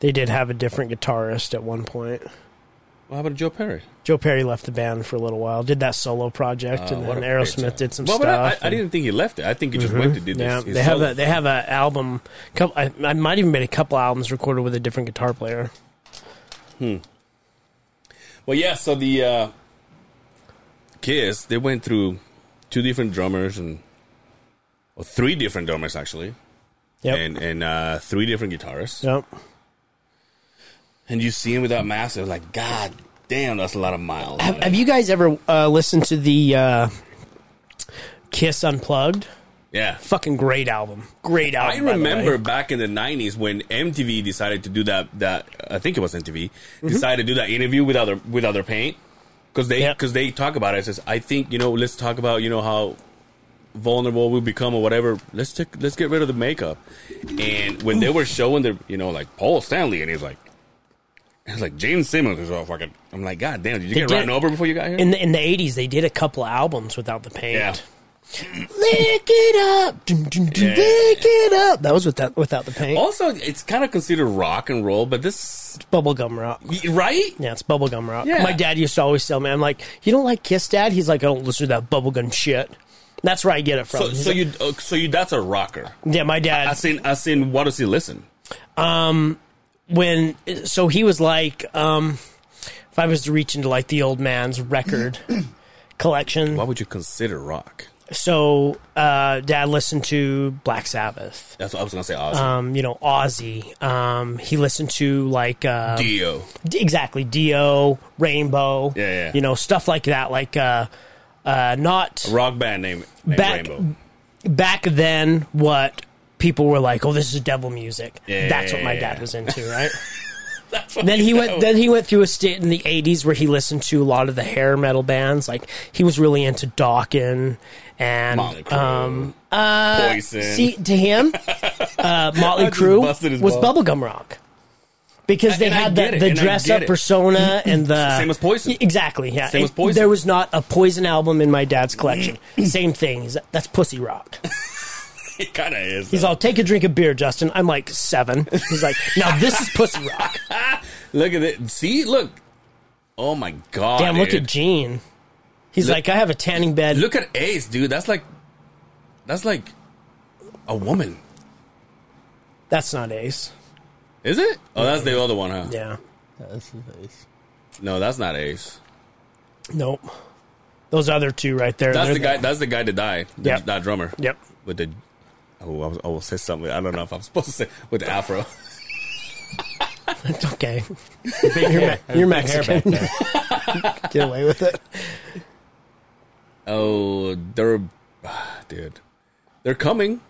C: They did have a different guitarist at one point.
B: What happened to Joe Perry?
C: Joe Perry left the band for a little while, did that solo project, and
B: Uh, what
C: then
B: a
C: Aerosmith
B: picture.
C: did some
B: well,
C: stuff.
B: But I- I, I
C: and- Mm-hmm.
B: didn't think he left it. I think he just went to do
C: Yeah,
B: this. his
C: they have
B: solo.
C: a they have a album. Couple, I, I might even made a couple albums recorded with a different guitar player.
B: Well, yeah. So the uh, Kiss they went through two different drummers and or three different drummers actually,
C: Yep.
B: and and uh, three different guitarists.
C: yep.
B: And you see him with that mask, and like, God damn, that's a lot of miles.
C: Have, have you guys ever uh, listened to the uh, Kiss Unplugged?
B: yeah.
C: Fucking great album. Great
B: I
C: album. by the way.
B: remember back in the '90s when MTV decided to do that. That I think it was MTV
C: Mm-hmm.
B: decided to do that interview with other with other paint because they
C: Yeah.
B: because they talk about it. it. Says I think you know let's talk about you know how vulnerable we become or whatever. Let's take let's get rid of the makeup. And when they were showing the you know like Paul Stanley and he's like. It's like Gene Simmons is all fucking. I'm like, God damn! Did you get
C: did-
B: run over before you got here?
C: in the in the eighties they did a couple of albums without the paint.
B: yeah,
C: Lick it up, Dun, dun, dun,
B: Yeah.
C: lick it up. That was without without the paint.
B: Also, it's kind of considered rock and roll, but this
C: Bubblegum rock.
B: right?
C: Yeah, it's bubblegum rock.
B: Yeah.
C: My dad used to always tell me, I'm like, you don't like Kiss, Dad? He's like, I don't listen to that bubblegum shit. That's where I get it from.
B: So,
C: He's
B: so
C: like-
B: you, uh, so you, that's a rocker.
C: yeah, my dad.
B: I seen, I seen. What does he listen?
C: when so he was like um if i was to reach into like the old man's record collection
B: Why would you consider rock?
C: so uh dad listened to black sabbath
B: That's what I was gonna say. Ozzy.
C: um you know ozzy um he listened to like uh
B: Dio.
C: D- exactly dio rainbow
B: Yeah, yeah.
C: you know stuff like that like uh uh not
B: Rock band name. name
C: Back-
B: Rainbow.
C: back then what people were like, "Oh, this is devil music."
B: Yeah,
C: That's
B: yeah,
C: what my
B: yeah,
C: dad
B: yeah.
C: was into, right? then he went. Then he went through a stint in the '80s where he listened to a lot of the hair metal bands. Like he was really into Dawkins and
B: Motley Crue,
C: um, uh,
B: Poison.
C: See, to him, uh, Motley
B: just
C: Crue
B: busted his
C: was
B: balls.
C: bubblegum rock. Because they
B: And I
C: had
B: get
C: the,
B: it,
C: the
B: and I
C: dress
B: get
C: up
B: it. Mm-hmm.
C: persona and the
B: Same as Poison.
C: Y- Exactly, yeah.
B: Same as
C: It-
B: Poison. Mm-hmm.
C: There was not a poison album in my dad's collection. Same thing. He's- That's pussy rock.
B: It kind of is.
C: He's all, take a drink of beer, Justin. I'm like seven. He's like, now this is pussy rock.
B: look at it. See, look. Oh my god.
C: Damn, look
B: dude.
C: at Gene. He's like, I have a tanning bed.
B: look at Ace, dude. That's like, that's like, a woman.
C: That's not Ace.
B: Is it? Oh, that's the other one, huh?
C: Yeah.
D: That's his face.
B: No, that's not Ace.
C: Nope. Those other two right there.
B: That's
C: they're
B: the guy. That's the guy that died. the-
C: Yep.
B: That drummer.
C: Yep.
B: With the. Oh, I was. I will say something. I don't know if I'm supposed to say with the afro.
C: It's okay.
D: Big hair.
C: You're
D: Big hair
C: Mexican.
D: back there.
C: Get away with it.
B: Oh, they're, ah, dude, they're coming.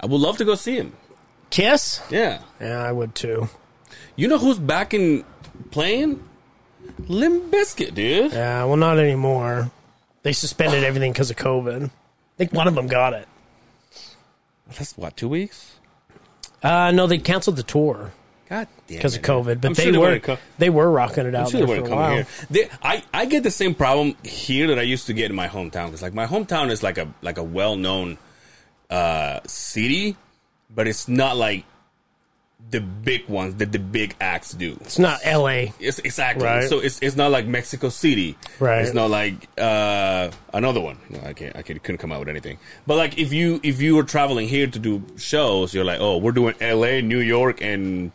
B: I would love to go see him.
C: Kiss?
B: Yeah,
C: Yeah, I would too.
B: you know who's back in playing? Limp Biscuit, dude.
C: Yeah, well, not anymore. They suspended everything because of COVID. I think one of them got it.
B: That's what two weeks.
C: Uh, no, they canceled the tour
B: God damn,
C: because of
B: it, dude.
C: COVID, but
B: I'm
C: they,
B: sure
C: were
B: wouldn't co-
C: they were rocking it out
B: I'm sure they
C: there for
B: wouldn't
C: a
B: come
C: while.
B: here. They, I, I get the same problem here that I used to get in my hometown. Because like my hometown is like a like a well known uh, city, but it's not like the big ones that the big acts do.
C: It's not L.A.
B: It's exactly.
C: Right.
B: So it's it's not like Mexico City.
C: Right.
B: It's not like uh, another one. No, I can't. I can't, couldn't come out with anything. But like if you if you were traveling here to do shows, you're like, oh, we're doing L.A., New York, and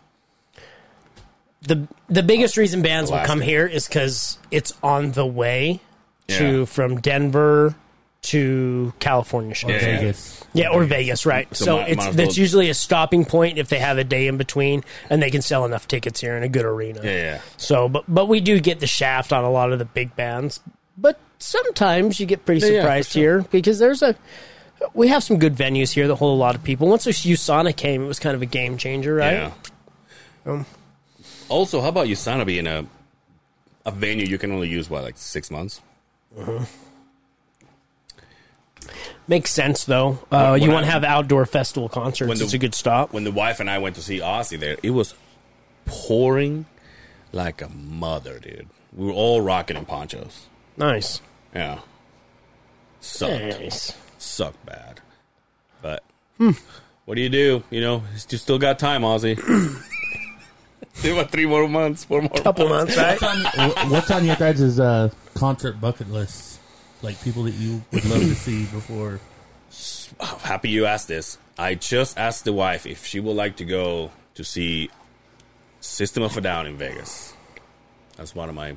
C: the the biggest reason bands will
B: Alaska.
C: come here is because it's on the way
B: Yeah.
C: to from Denver to California shows.
B: Yeah.
D: Vegas.
C: Yeah, or Vegas, right?
B: So
C: So,
B: might-
C: it's
B: might as
C: that's
B: well-
C: usually a stopping point if they have a day in between, and they can sell enough tickets here in a good arena.
B: Yeah, yeah.
C: So, but but we do get the shaft on a lot of the big bands, but sometimes you get pretty
B: Yeah, yeah, for
C: surprised
B: sure.
C: here because there's a we have some good venues here that hold a lot of people. Once USANA came, it was kind of a game changer, right?
B: Yeah. also, how about Usana being a a venue you can only use what like six months?
C: Makes sense though. Uh,
B: When-
C: you
B: when
C: want to
B: I-
C: have outdoor festival concerts.
B: When the-
C: it's a good stop.
B: When the wife and I went to see Ozzy there, it was pouring like a mother, dude. We were all rocking in ponchos.
C: nice.
B: Yeah, sucked,
C: Nice.
B: sucked bad. But what do you do? You know, you still got time, Ozzy. Give it three more months, four more.
C: Couple months, right?
D: Wh- What's on your guys' uh, concert bucket list? Like people that you would love to see before.
B: happy you asked this. I just asked the wife if she would like to go to see System of a Down in Vegas. That's one of my.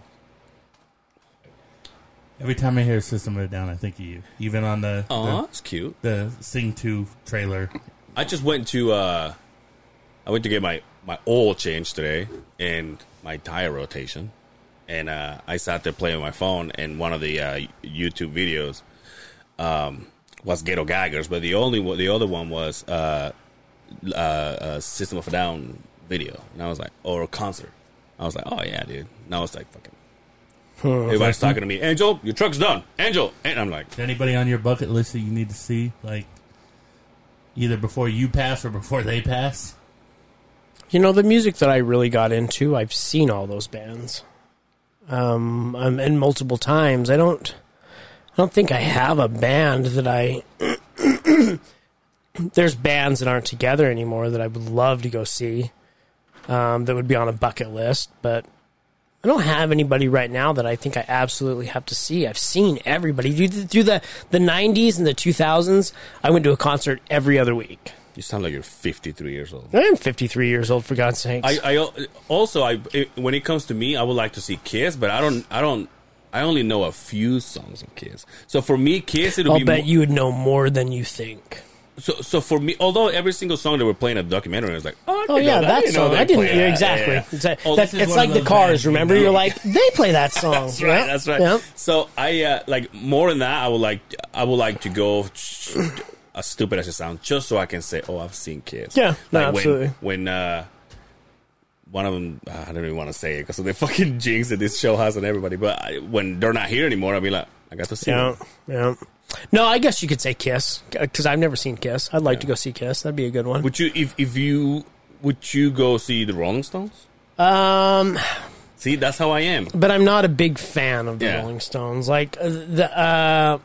D: Every time I hear System of a Down, I think of you. Even on the
B: Oh, that's cute.
D: the, the Sing Two trailer.
B: I just went to. uh I went to get my my oil change today and my tire rotation, and uh, I sat there playing my phone and one of the uh, YouTube videos. Um, was Ghetto Gaggers, but the only one, the other one was uh, uh, uh, System of a Down video, and I was like, or a concert. I was like, oh yeah, dude. Now it's like fucking. Everybody's talking to me, Angel. Your truck's done, Angel, and I'm like,
D: Is there anybody on your bucket list that you need to see? Like either before you pass or before they pass.
C: You know, the music that I really got into, I've seen all those bands, um, um, and multiple times. I don't, I don't think I have a band that I. There's bands that aren't together anymore that I would love to go see, um, that would be on a bucket list, but. I don't have anybody right now that I think I absolutely have to see. I've seen everybody through the, through the, the 90s and the 2000s. I went to a concert every other week.
B: you sound like you're 53 years old.
C: I am 53 years old, for God's sakes.
B: I, I al- also I it, when it comes to me, I would like to see Kiss, but I don't I don't I only know a few songs of Kiss. So for me, Kiss it'll
C: I'll
B: be
C: bet
B: more,
C: you would know more than you think.
B: So so for me, although every single song they were playing at the documentary, I was like, oh,
C: Oh yeah, that
B: that's
C: song. I didn't yeah, exactly. Exact-
B: Oh,
C: that's,
D: is
C: it's
D: one
C: like
D: of
C: the
D: those
C: Cars.
D: bands you
C: Remember,
D: know.
C: you're like they play that song.
B: That's right. That's right.
C: Yeah.
B: So I uh, like more than that. I would like I would like to go sh- as stupid as it sounds, just so I can say, oh, I've seen kids.
C: Yeah, no,
B: Like, when-
C: absolutely.
B: When, uh, one of them, uh, I don't even want to say it because of the fucking jinx that this show has on everybody. But I, when they're not here anymore, I'll be like, I got to see.
C: yeah,
B: them.
C: yeah. No, I guess you could say Kiss because I've never seen Kiss. I'd like to go see Kiss. That'd be a good one.
B: Would you if if you would you go see the Rolling Stones?
C: Um,
B: See, that's how I am.
C: but I'm not a big fan of the
B: Yeah.
C: Rolling Stones. Like uh, the. Uh,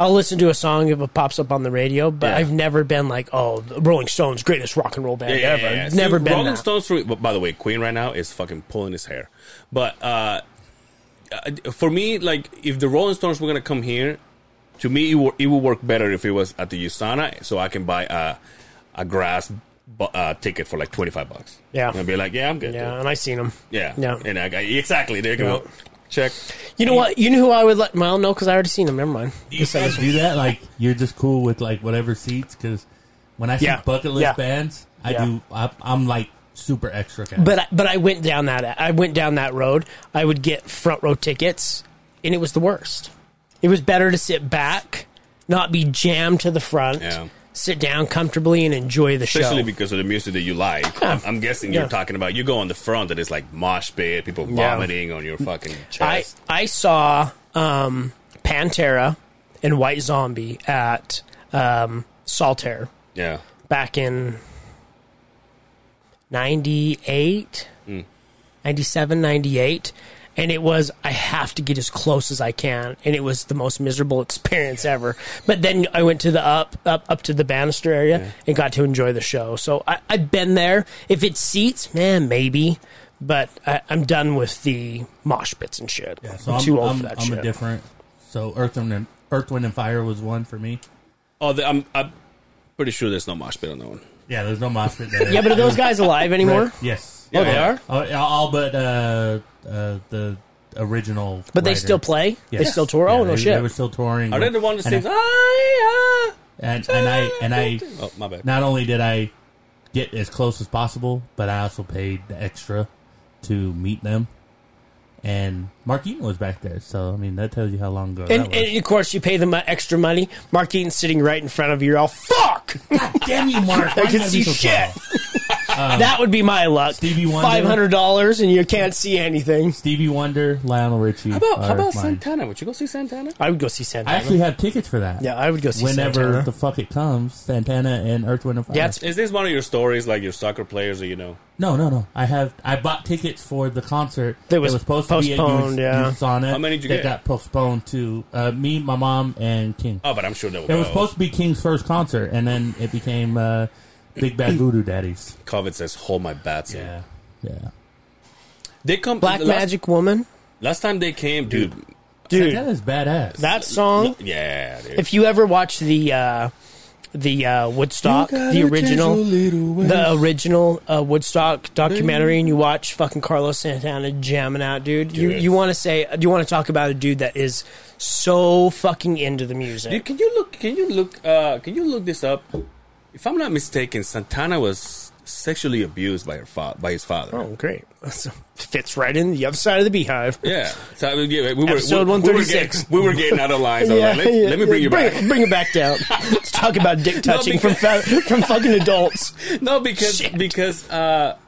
C: I'll listen to a song if it pops up on the radio, but
B: Yeah.
C: I've never been like, "Oh, the Rolling Stones, greatest rock and roll band ever."
B: See,
C: Never been.
B: Rolling
C: that.
B: Stones for but by the way, Queen right now is fucking pulling his hair. But uh, uh, for me, like if the Rolling Stones were gonna come here, to me it, wor- it would work better if it was at the Usana, so I can buy a a grass bu- uh, ticket for like twenty five bucks.
C: Yeah.
B: and I'd be like, yeah, I'm good. dude.
C: Yeah, and I seen them.
B: yeah,
C: yeah.
B: And I, I- exactly there you
C: Yeah.
B: go. Check.
C: You know what? You know who I would let? Well, no, because I already seen him. Never mind.
B: You guys-
D: do that. Like you're just cool with like whatever seats. Because when I see
C: Yeah.
D: bucket list
C: Yeah.
D: bands, I
C: Yeah.
D: do. I, I'm like super extra. guy.
C: But I, but I went down that I went down that road. I would get front row tickets, and it was the worst. It was better to sit back, not be jammed to the front,
B: Yeah.
C: sit down comfortably and enjoy the
B: Especially
C: show.
B: because of the music that you like. I'm, I'm guessing
C: Yeah.
B: you're talking about you go on the front and it's like mosh pit, people
C: Yeah.
B: vomiting on your fucking chest.
C: I I saw um, Pantera and White Zombie at um, Saltaire
B: yeah.
C: back in 98 97 98 and it was i have to get as close as i can and it was the most miserable experience ever but then i went to the up up up to the banister area and got to enjoy the show so I, i've been there if it seats man maybe but I, i'm done with the mosh pits and shit
D: Yeah, so
C: i'm
D: I'm,
C: too old
D: I'm-
C: for that
D: I'm
C: shit
D: a different. So Earth Wind, and, Earth Wind and Fire was one for me.
B: Oh, the, I'm, I'm pretty sure there's no mosh pit on that one.
D: Yeah, there's no mosh pit there.
C: yeah but are those guys alive anymore
D: Yes.
B: Yeah.
D: Oh, yeah, all but uh, uh, the original.
C: But they still
D: writers.
C: play. They
D: Yes.
C: still tour.
D: Yeah,
C: oh no
D: they,
C: shit!
D: They were still touring.
B: Are they the one that "Ah!"
D: and
B: sings?
D: I-
B: "I, ah,
D: And, and I and I
B: Oh, my bad.
D: not only did I get as close as possible, but I also paid the extra to meet them. And Mark Eaton was back there, so I mean that tells you how long ago
C: and,
D: that was.
C: and of course, you pay them uh, extra money. Mark Eaton's sitting right in front of you. You're all fuck.
D: Damn you, Mark!
C: I
D: Why
C: can
D: gotta be
C: see
D: so
C: shit.
D: tall?
C: that would be my luck.
D: Um, Stevie Wonder?
C: Five hundred dollars, and you can't see anything.
D: Stevie Wonder, Lionel Richie.
B: How about, how
D: are
B: about
D: mine.
B: Santana? Would you go see Santana?
C: I would go see
D: I
C: Santana.
D: actually have tickets for that.
C: yeah, I would go see
D: Whenever
C: Santana.
D: the fuck it comes, Santana and Earth, Wind, and Fire.
C: Yeah, it's-
B: Is this one of your stories, like your soccer players that you know?
D: No, no, no. I have. I bought tickets for the concert
C: That was
D: supposed
C: postponed,
D: to be at
C: yeah.
D: Youth- Youth Sonnet.
B: How many did you
D: that
B: get?
D: got postponed to uh, me, my mom, and King.
B: Oh, but I'm sure they will
D: It
B: go.
D: was supposed to be King's first concert, and then it became uh, Big Bad Voodoo Daddies.
B: COVID says, hold my bats. in."
D: yeah.
B: They come.
C: Black
B: last,
C: Magic Woman,
B: Last time they came, dude.
D: that
C: dude.
D: is badass.
C: That song.
B: Yeah, dude.
C: If you ever watch the uh, the uh, Woodstock, the original, the original uh, Woodstock documentary, and you watch fucking Carlos Santana jamming out, dude, you
B: Dude.
C: you want to say, you want to talk about a dude that is so fucking into the
B: Dude,
C: music.
B: can you look? Can you look? Uh, can you look this up? If I'm not mistaken, Santana was sexually abused by her fa- by his father.
C: Oh, great! So, fits right in the other side of the beehive.
B: Yeah, so we, we, we were
C: Episode
B: we, we were
C: 136.
B: getting- We were, getting out of line. So I was like, let, let me bring you
C: bring
B: back.
C: It, bring it back down. Let's talk about dick
B: No,
C: touching from fa- from fucking adults.
B: No, because
C: Shit.
B: because uh,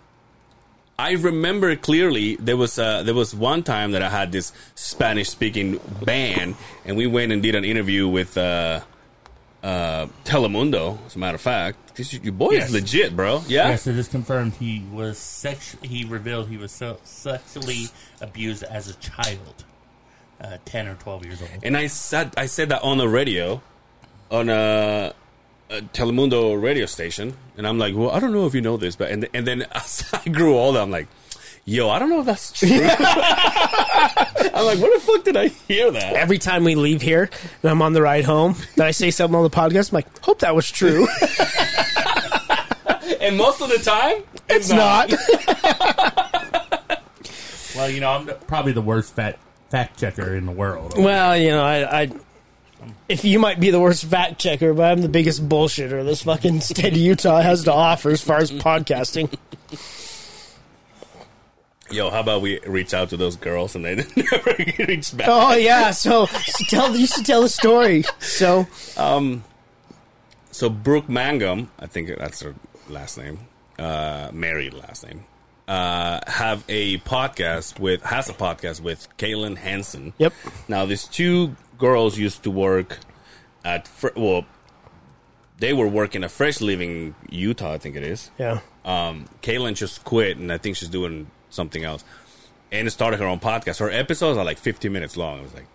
B: I remember clearly there was uh, there was one time that I had this Spanish speaking band, and we went and did an interview with uh, uh, Telemundo. As a matter of fact, this, your boy
D: Yes.
B: is legit, bro. Yeah,
D: Yes, it is confirmed he was sexu- He revealed he was so sexually abused as a child, uh, ten or twelve years old.
B: and I said I said that on the radio, on a, a Telemundo radio station, and I'm like, well, I don't know if you know this, but and and then as I grew older, I'm like, yo, I don't know if that's true. I'm like, where the fuck did I hear that?
C: Every time we leave here, and I'm on the ride home, that I say something on the podcast, I'm like, hope that was true.
B: And most of the time,
C: It's not.
D: Well, you know, I'm the- probably the worst fat fact checker in the world.
C: Well, you know, I, I if you might be the worst fact checker, but I'm the biggest bullshitter this fucking state of Utah has to offer as far as podcasting.
B: Yo, how about we reach out to those girls and they never reach back?
C: Oh yeah, so so tell you should tell a story. So
B: So Brooke Mangum, I think that's her last name, uh, married last name, uh, have a podcast with has a podcast with Kaylin Hansen.
C: Yep.
B: Now these two girls used to work at Fre- well, they were working at Fresh Living Utah, I think it is.
C: yeah,
B: um, Kaylin just quit, and I think she's doing something else, and started her own podcast. Her episodes are like 15 minutes long. I was like,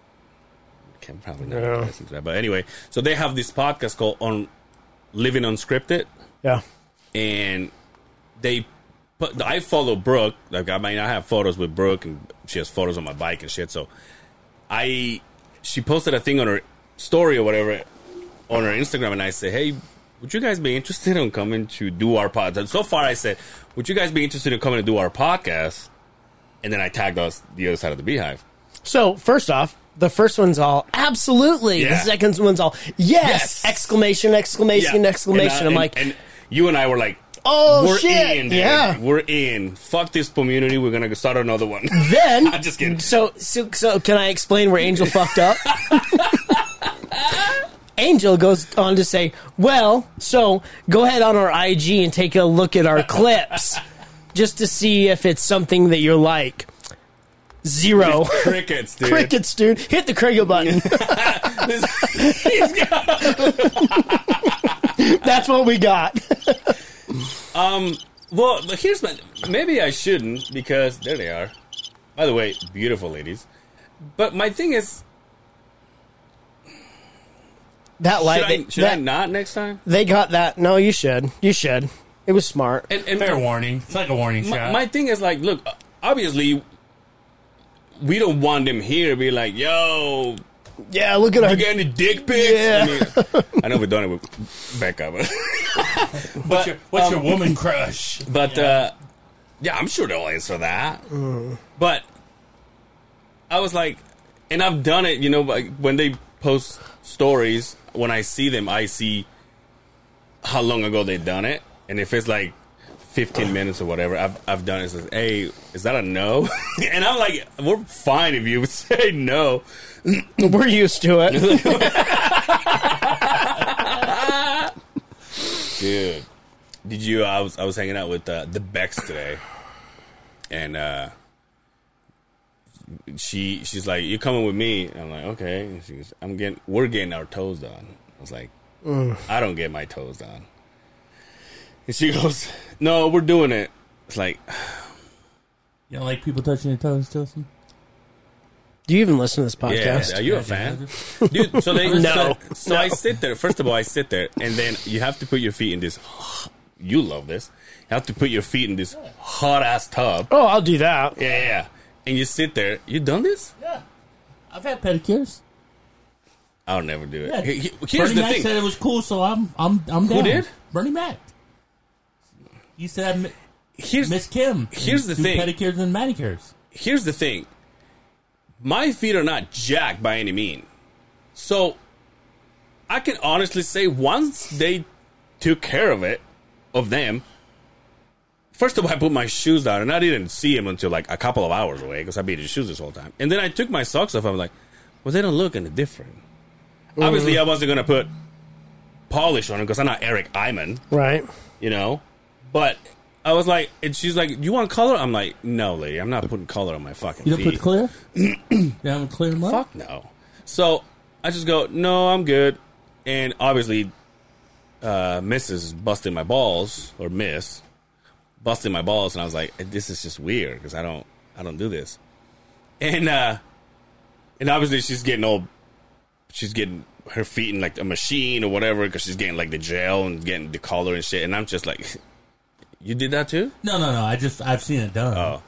B: can probably not
C: Yeah.
B: listen to that, but anyway. So they have this podcast called "On Living Unscripted,"
C: yeah,
B: and they put. I follow Brooke. Like I mean, I have photos with Brooke, and she has photos on my bike and shit. So I, she posted a thing on her story or whatever on her Instagram, and I said, "Hey, would you guys be interested in coming to do our podcast?" And so far, I said, "Would you guys be interested in coming to do our podcast?" And then I tagged us the other side of the beehive.
C: So first off, the first one's all absolutely. The
B: Yeah.
C: second one's all yes,
B: Yes.
C: exclamation, exclamation,
B: Yeah.
C: exclamation.
B: And, uh,
C: I'm
B: and-
C: like,
B: and you and I were like,
C: oh
B: we're
C: shit,
B: in, dude.
C: yeah.
B: we're in. Fuck this community. We're gonna start another one.
C: Then
B: I'm just kidding.
C: So, so so can I explain where Angel fucked up? Angel goes on to say, "Well, so go ahead on our IG and take a look at our clips, just to see if it's something that you're like." Zero
B: Crickets, dude.
C: crickets, dude. Hit the cricket button. That's what we got.
B: well, but here's my. Maybe I shouldn't because there they are. By the way, beautiful ladies. But my thing is,
C: That
B: should,
C: light,
B: I, should
C: that,
B: I not next time?
C: they got that. No, you should. You should. It was smart.
B: And, and
D: Fair warning. It's like a warning
B: my,
D: shot.
B: my thing is like, look, obviously, we don't want them here. Be like, yo,
C: Yeah, look at our.
B: You get any dick pics?
C: Yeah.
B: I, mean, I know we've done it with Becca, but
D: what's your, what's your woman crush?
B: but uh, yeah, I'm sure they'll answer that. But I was like, and I've done it, you know, like when they post stories, when I see them, I see how long ago they done it. And if it's like 15 minutes or whatever, I've, I've done it. Says, hey, is that a no? and I'm like, we're fine if you would say no.
C: We're used to it.
B: Dude, did you? I was I was hanging out with uh, the Bex today, and uh, she she's like, "You're coming with me." I'm like, "Okay." And she goes, "I'm getting we're getting our toes done." I was like, "I don't get my toes done." And she goes, "No, we're doing it." It's like
D: You don't like people touching your toes, Chelsea?
C: Do you even listen to this
B: Yeah,
C: podcast?
B: are you a fan, dude? So they
C: No.
B: So, so I sit there. First of all, I sit there, and then you have to put your feet in this. You love this. You have to put your feet in this hot ass tub.
C: Oh, I'll do that.
B: Yeah, yeah, yeah. And you sit there. You done this?
D: Yeah. I've had pedicures.
B: I'll never do it.
D: Yeah.
B: He- he- Here's
D: Bernie
B: the
D: Mac
B: thing.
D: said it was cool, so I'm I'm I'm down.
B: did?
D: Bernie Mac. You said I mi-
B: here's
D: Miss Kim.
B: Here's the
D: Do
B: thing.
D: pedicures and manicures.
B: here's the thing. My feet are not jacked by any mean, so I can honestly say once they took care of it, of them. First of all, I put my shoes down, and I didn't see him until like a couple of hours away because I've been in shoes this whole time. And then I took my socks off. I'm like, well, they don't look any different. Obviously,
D: Mm-hmm.
B: I wasn't gonna put polish on them because I'm not Eric Iman.
C: Right.
B: you know. But I was like, and she's like, "You want color?" I'm like, "No, lady, I'm not putting color on my fucking
D: You don't
B: feet."
D: put clear? you haven't cleared them up?
B: Fuck no. So I just go, "No, I'm good." And obviously, uh, Mrs. busting my balls or Miss busting my balls, and I was like, "This is just weird because I don't, I don't do this." And uh, and obviously, she's getting all, she's getting her feet in like a machine or whatever because she's getting like the gel and getting the color and shit. And I'm just like, "You did that too?"
D: No, no, no. I just I've seen it done.
B: Oh.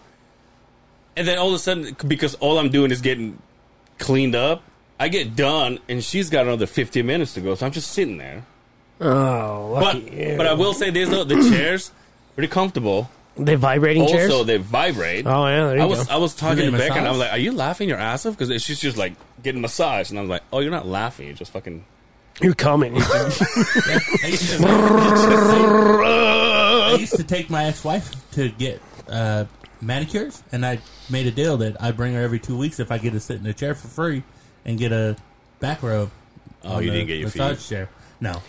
B: And then all of a sudden, because all I'm doing is getting cleaned up, I get done, and she's got another 15 minutes to go, so I'm just sitting there.
C: Oh,
B: But
C: lucky you.
B: but I will say this though, the chairs pretty comfortable.
C: they vibrating chairs.
B: Also, they vibrate.
C: oh yeah, there you
B: I was
C: go.
B: I was talking
D: they
B: to Beck, and I was
D: massage?
B: like, "Are you laughing your ass off?" Because she's just like getting massaged, and I was like, "Oh, you're not laughing. You're just fucking."
C: You're coming.
D: I used, to, I used to take my ex-wife to get uh, manicures, and I made a deal that I bring her every two weeks if I get to sit in a chair for free and get a back row.
B: Oh,
D: on
B: you
D: the
B: didn't get your
D: massage
B: feet.
D: chair. No,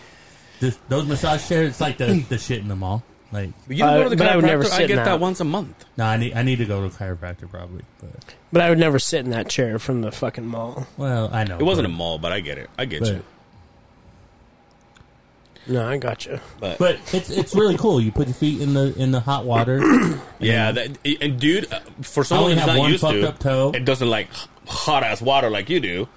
D: this, those massage chairs. It's like the, the shit in the mall. Like,
B: But you don't
C: Uh,
B: go to the
C: but I would never
B: chiropractor? I
C: sit
B: get
C: in
B: that
C: that.
B: once a month.
D: no, I need I need to go to a chiropractor probably. But
C: but I would never sit in that chair from the fucking mall.
D: well, I know
B: It wasn't a
D: but-
B: mall, but I get it. I get
D: But,
B: you.
C: No, I got you.
B: But,
D: but it's it's really cool. You put your feet in the in the hot water.
B: Yeah, that, and dude, uh, for someone
D: only
B: who's
D: have
B: not
D: one
B: used
D: fucked
B: to
D: up toe.
B: it doesn't like hot ass water like you do.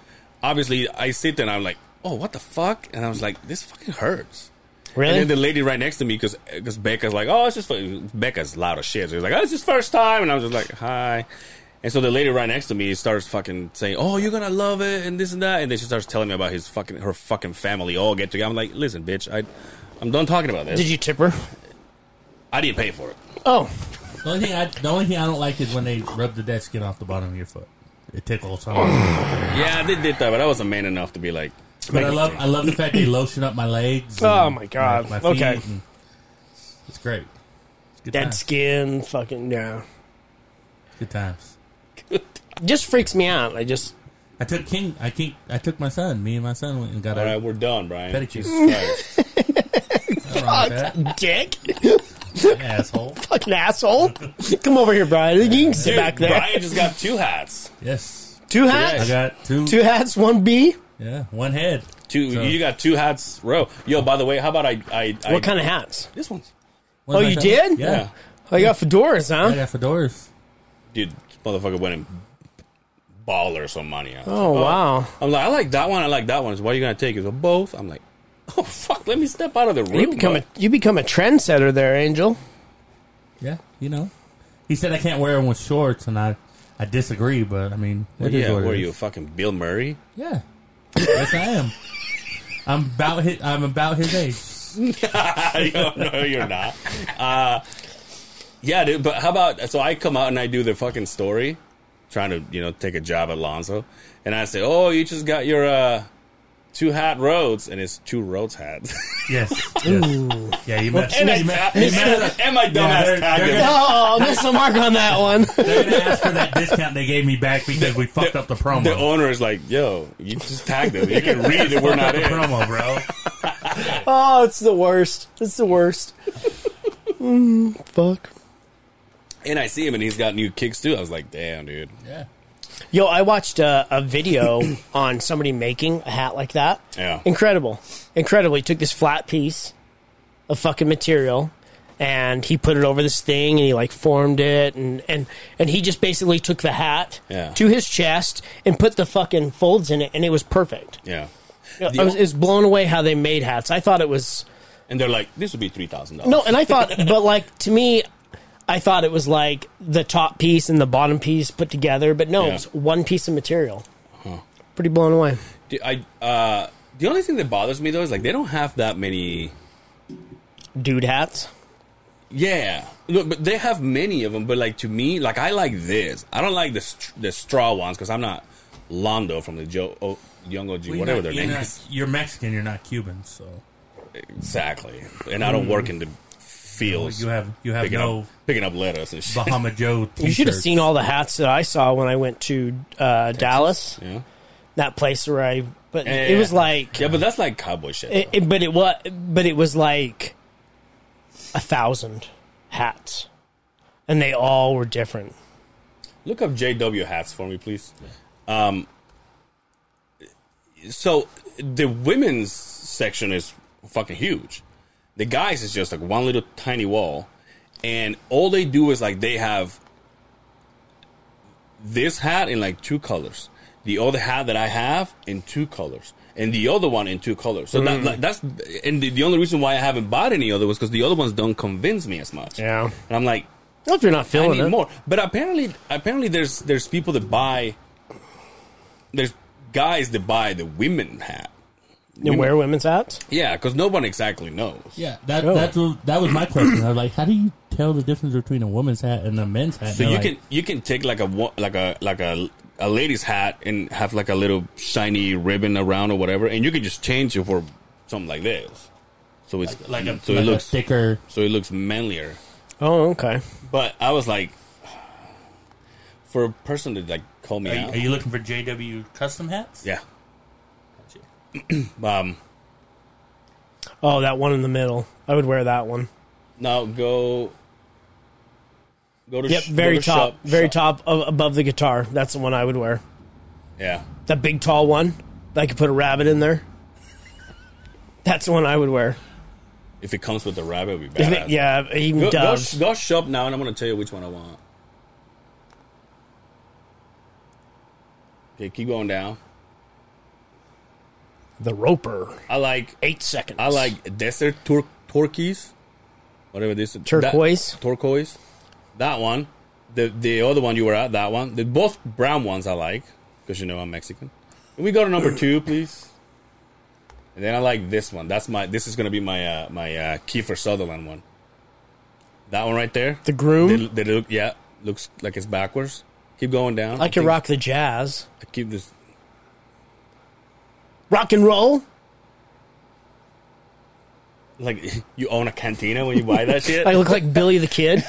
B: Obviously, I sit there and I'm like, oh, what the fuck? And I was like, this fucking hurts.
C: Really?
B: And
D: Eh.
B: then the lady right next to me, because Becca's like, oh, it's just fu-" Becca's loud as shit. So he's like, oh, it's his first time, and I was just like, hi. And so the lady right next to me starts fucking saying, oh, you're gonna love it, and this and that, and then she starts telling me about his fucking her fucking family all get together. I'm like, listen, bitch, I, I'm done talking about this.
C: Did you tip her?
B: I didn't pay for it.
C: Oh,
D: The only thing I the only thing I don't like is when they rub the dead skin off the bottom of your foot. It tickles. But
B: Yeah, they did that, but I wasn't man enough to be like.
D: I love I love the fact they lotion up my legs. and
C: Oh, my God. Okay.
D: and- it's great. It's good
C: dead
D: times.
C: skin. Fucking yeah.
D: Good times.
C: Just freaks me out. I just
D: I took King. I King. I took my son. Me and my son went and got
B: All right,
D: a
B: we're done, Brian.
D: Pedicure.
B: Jesus Christ.
D: nothing wrong with
C: dick.
D: that. asshole.
C: Fucking asshole. Come over here, Brian. You can sit
B: Dude,
C: back there.
B: Brian just got two hats.
D: Yes,
C: Two
D: I
C: hats.
D: got two.
C: Two hats. One B.
D: Yeah, one head.
B: Two,
D: So-
B: you got two hats row. Yo, by the way, how about I? I, I
C: What kind of hats?
B: This one's.
D: One
C: Oh,
D: like
C: you
D: that.
C: did?
D: Yeah.
B: Yeah,
C: Oh, you got fedoras,
D: I
C: huh?
D: got fedoras.
B: dude, this motherfucker went and baller some money out.
C: Oh wow.
B: I'm like, I like that one. I like that one. So why are you gonna take it? So both. I'm like, oh fuck, let me step out of the room.
C: You become a
B: bud.
C: you become a trendsetter there, Angel.
D: Yeah, you know. He said I can't wear them with shorts, and I I disagree. But I mean, it is
B: yeah,
D: what it
B: what are
D: is.
B: you, fucking Bill Murray?
D: Yeah. yes, I am. I'm about his, I'm about his age.
B: Yo, no, you're not. Uh, yeah, dude, but how about so I come out and I do the fucking story, trying to you know take a job at Lonzo, and I say, "Oh, you just got your uh, two hot roads," and it's two roads hats.
D: Yes. yes. Yeah, you messed.
B: and, I,
D: you messed. You messed.
B: and my
D: Yeah,
B: dumbass
D: they're-
B: tagged
D: they're
B: him.
D: gonna-
C: Oh, I missed the mark on that one.
D: They're gonna ask for that discount they gave me back because we fucked up the promo.
B: The owner is like, "Yo, you just tagged him. You can read that we're not
D: the
B: in."
D: promo, bro.
C: Oh, it's the worst. It's the worst. Mm, fuck.
B: And I see him, and he's got new kicks too. I was like, "Damn, dude."
D: Yeah.
C: Yo, I watched uh, a video on somebody making a hat like that.
B: Yeah.
C: Incredible. Incredible. He took this flat piece of fucking material and he put it over this thing and he like formed it and and and he just basically took the hat
B: Yeah.
C: to his chest and put the fucking folds in it and it was perfect.
B: Yeah.
C: I was, it's blown away how they made hats. I thought it was
B: And they're like, "This would be three thousand dollars."
C: No, and I thought, but like to me, I thought it was like the top piece and the bottom piece put together, but no,
B: Yeah.
C: it was one piece of material. Pretty blown away.
B: Do- I uh, the only thing that bothers me though is like they don't have that many.
C: Dude hats.
B: Yeah, no, but they have many of them. But like to me, like I like this. I don't like the st- the straw ones because I'm not Londo from the Joe o- Young OG, whatever their
D: you're
B: name
D: not-
B: is.
D: You're Mexican. You're not Cuban, so
B: Exactly, and I don't work in the fields.
D: Oh, you have you have
B: picking
D: no
B: up picking up lettuce and shit.
D: Bahama Joe. T-shirts.
C: You should have seen all the hats that I saw when I went to uh, Dallas,
B: Yeah.
C: that place where I. But
B: Yeah,
C: it was
B: yeah.
C: like,
B: Yeah, but that's like cowboy shit.
C: it, it- but it was, but it was like a thousand hats, and they all were different.
B: Look up JW hats for me, please. Um, so the women's section is fucking huge. The guys is just like one little tiny wall, and all they do is like they have this hat in like two colors, the other hat that I have in two colors, and the other one in two colors. So that, like, that's and the, the only reason why I haven't bought any other was because the other ones don't convince me as much.
C: Yeah.
B: and I'm like,
C: Well, if you're not
B: I
C: feeling
B: need
C: it,
B: more. But apparently, apparently, there's there's people that buy. There's guys that buy the women hat.
C: you wear women's hats.
B: Yeah, because no one exactly knows.
D: Yeah, that
C: Sure.
D: that's what, that was my question. I was like, how do you tell the difference between a woman's hat and a men's hat?
B: So you can you can take like a wo- like a like a a lady's hat and have like a little shiny ribbon around or whatever, and you can just change it for something like this. So it's
D: like a,
B: so
D: like
B: it
D: a
B: looks
D: thicker.
B: so it looks manlier.
C: Oh, okay.
B: But I was like, for a person to like call me
D: Are, you-
B: out,
D: are you looking for JW custom hats?
B: yeah. um.
C: Oh, that one in the middle. I would wear that one.
B: Now go. Go to
C: Yep,
B: sh-
C: very
B: go to
C: top,
B: shop-
C: very
B: shop.
C: top of, above the guitar. That's the one I would wear.
B: Yeah,
C: That big tall one. that I could put a rabbit in there. That's the one I would wear.
B: if it comes with the rabbit, it'd be
C: If
B: badass.
C: it- yeah, even
B: go, go,
C: doves.
B: sh- go shop now, and I'm gonna tell you which one I want. Okay, keep going down.
C: the Roper.
B: I like
C: Eight seconds.
B: I like desert tur- turkeys, whatever this that-
C: Turquoise?
B: turquoise, that one. The the other one you were at, that one. The both brown ones I like because you know I'm Mexican. Can we go to number two, please? And then I like this one. That's my. This is gonna be my uh, my uh, Kiefer Sutherland one. That one right there.
C: the groom.
B: They, they look yeah looks like it's backwards. Keep going down.
C: I could
B: think-
C: rock the jazz.
B: I keep this.
C: Rock and roll.
B: Like you own a cantina when you buy that shit.
C: I look like Billy the Kid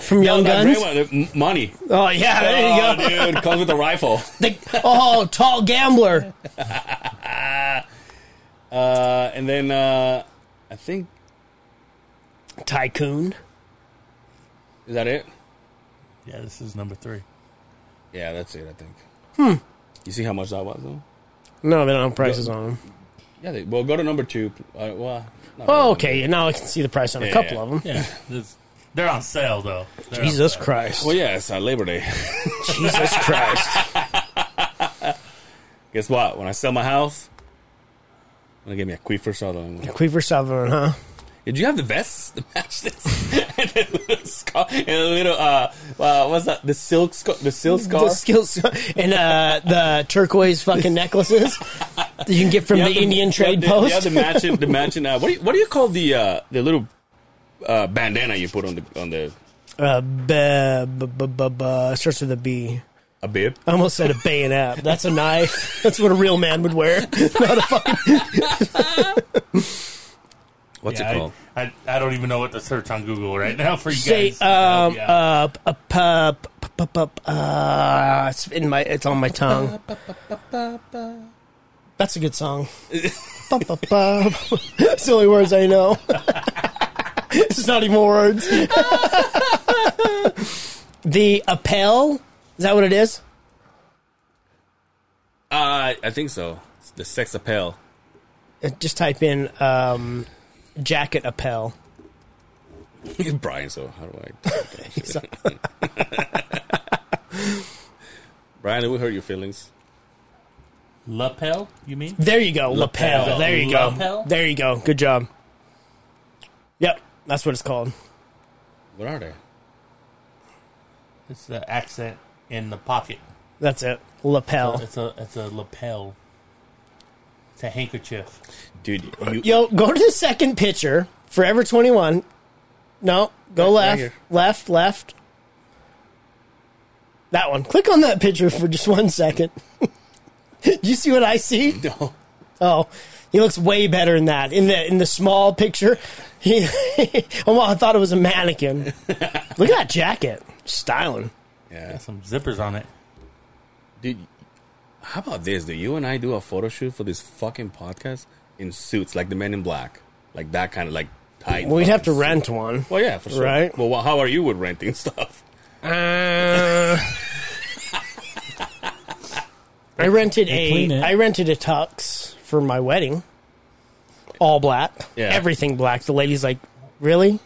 C: from
B: No,
C: Young
B: that
C: Guns.
B: red one, the- money.
C: Oh yeah, there you go.
B: Oh, dude, comes with a rifle.
C: The- oh, tall gambler.
B: Uh, and then uh, I think
C: Tycoon.
B: is that it?
D: Yeah, this is number three.
B: Yeah, that's it. I think. Hmm. You see how much that was though?
C: No, they don't have prices on them.
B: Yeah. They, well, go to number two. Uh, well. not
C: Oh,
B: really.
C: okay. Now I can see the price on a
B: Yeah,
C: couple
B: yeah.
C: of them.
D: Yeah, this, they're on sale though. They're on
C: Jesus
D: sale.
C: Christ.
B: Well, yeah, it's uh, Labor Day.
C: Jesus Christ.
B: Guess what? When I sell my house, I'm gonna give me a Queefer Sutherland. one.
C: Queefer Sutherland, huh?
B: Did you have the vests to match this? and a little scar, and a little uh, uh, what's that? The silk scar, the silk scar.
C: The skills and uh, the turquoise fucking necklaces that you can get from
B: You
C: the
B: have
C: Indian Trade
B: you have the-
C: Post.
B: You have the matching, the matching. Uh, what do you, what do you call the uh, the little uh, bandana you put on the on the
C: uh, b- b- b- b- starts with a B.
B: a bib.
C: I almost said a bayonet. That's a knife. That's what a real man would wear. Not a fucking.
B: What's
D: Yeah,
B: it called?
D: I, I, I don't even know what to search on Google right now for you
C: Say,
D: guys.
C: um,
D: Oh, yeah.
C: uh, p- p- p- p- p- p- uh, it's in my, it's on my tongue. That's a good song. Ba- ba- ba. It's the only words I know. it's not even words. the appel. Is that what it is?
B: Uh, I think so. It's the sex appeal.
C: Uh, Just type in um, jacket appel.
B: Brian, so how do I? Brian, did we hurt your feelings?
D: lapel. You mean?
C: There you go. Lapel.
D: Lapel.
C: There you go.
D: Lapel?
C: There you go. Good job. Yep, that's what it's called.
B: What are they?
D: It's the accent in the pocket.
C: That's it. Lapel.
D: It's a it's a lapel. It's a handkerchief.
B: Dude, you,
C: Yo, go to the second picture. Forever 21. No, go
B: Right- right
C: left,
B: here.
C: left, left. That one. Click on that picture for just one second. Do you see what I see?
B: no.
C: Oh, he looks way better in that. In the in the small picture, he oh, I thought it was a mannequin. Look at that jacket, styling.
B: Yeah.
D: Some zippers on it.
B: Dude, how about this? Do you and I do a photo shoot for this fucking podcast in suits, like the Men in Black, like that kind of like tight.
C: We'd have
B: fucking
C: to
B: suit.
C: rent one.
B: Well, yeah, for sure.
C: Right.
B: Well, wha- how are you with renting stuff?
C: Uh, I rented
D: They clean
C: a
D: it.
C: I rented a tux for my wedding. All black.
B: Yeah.
C: Everything black. The lady's like, "Really?"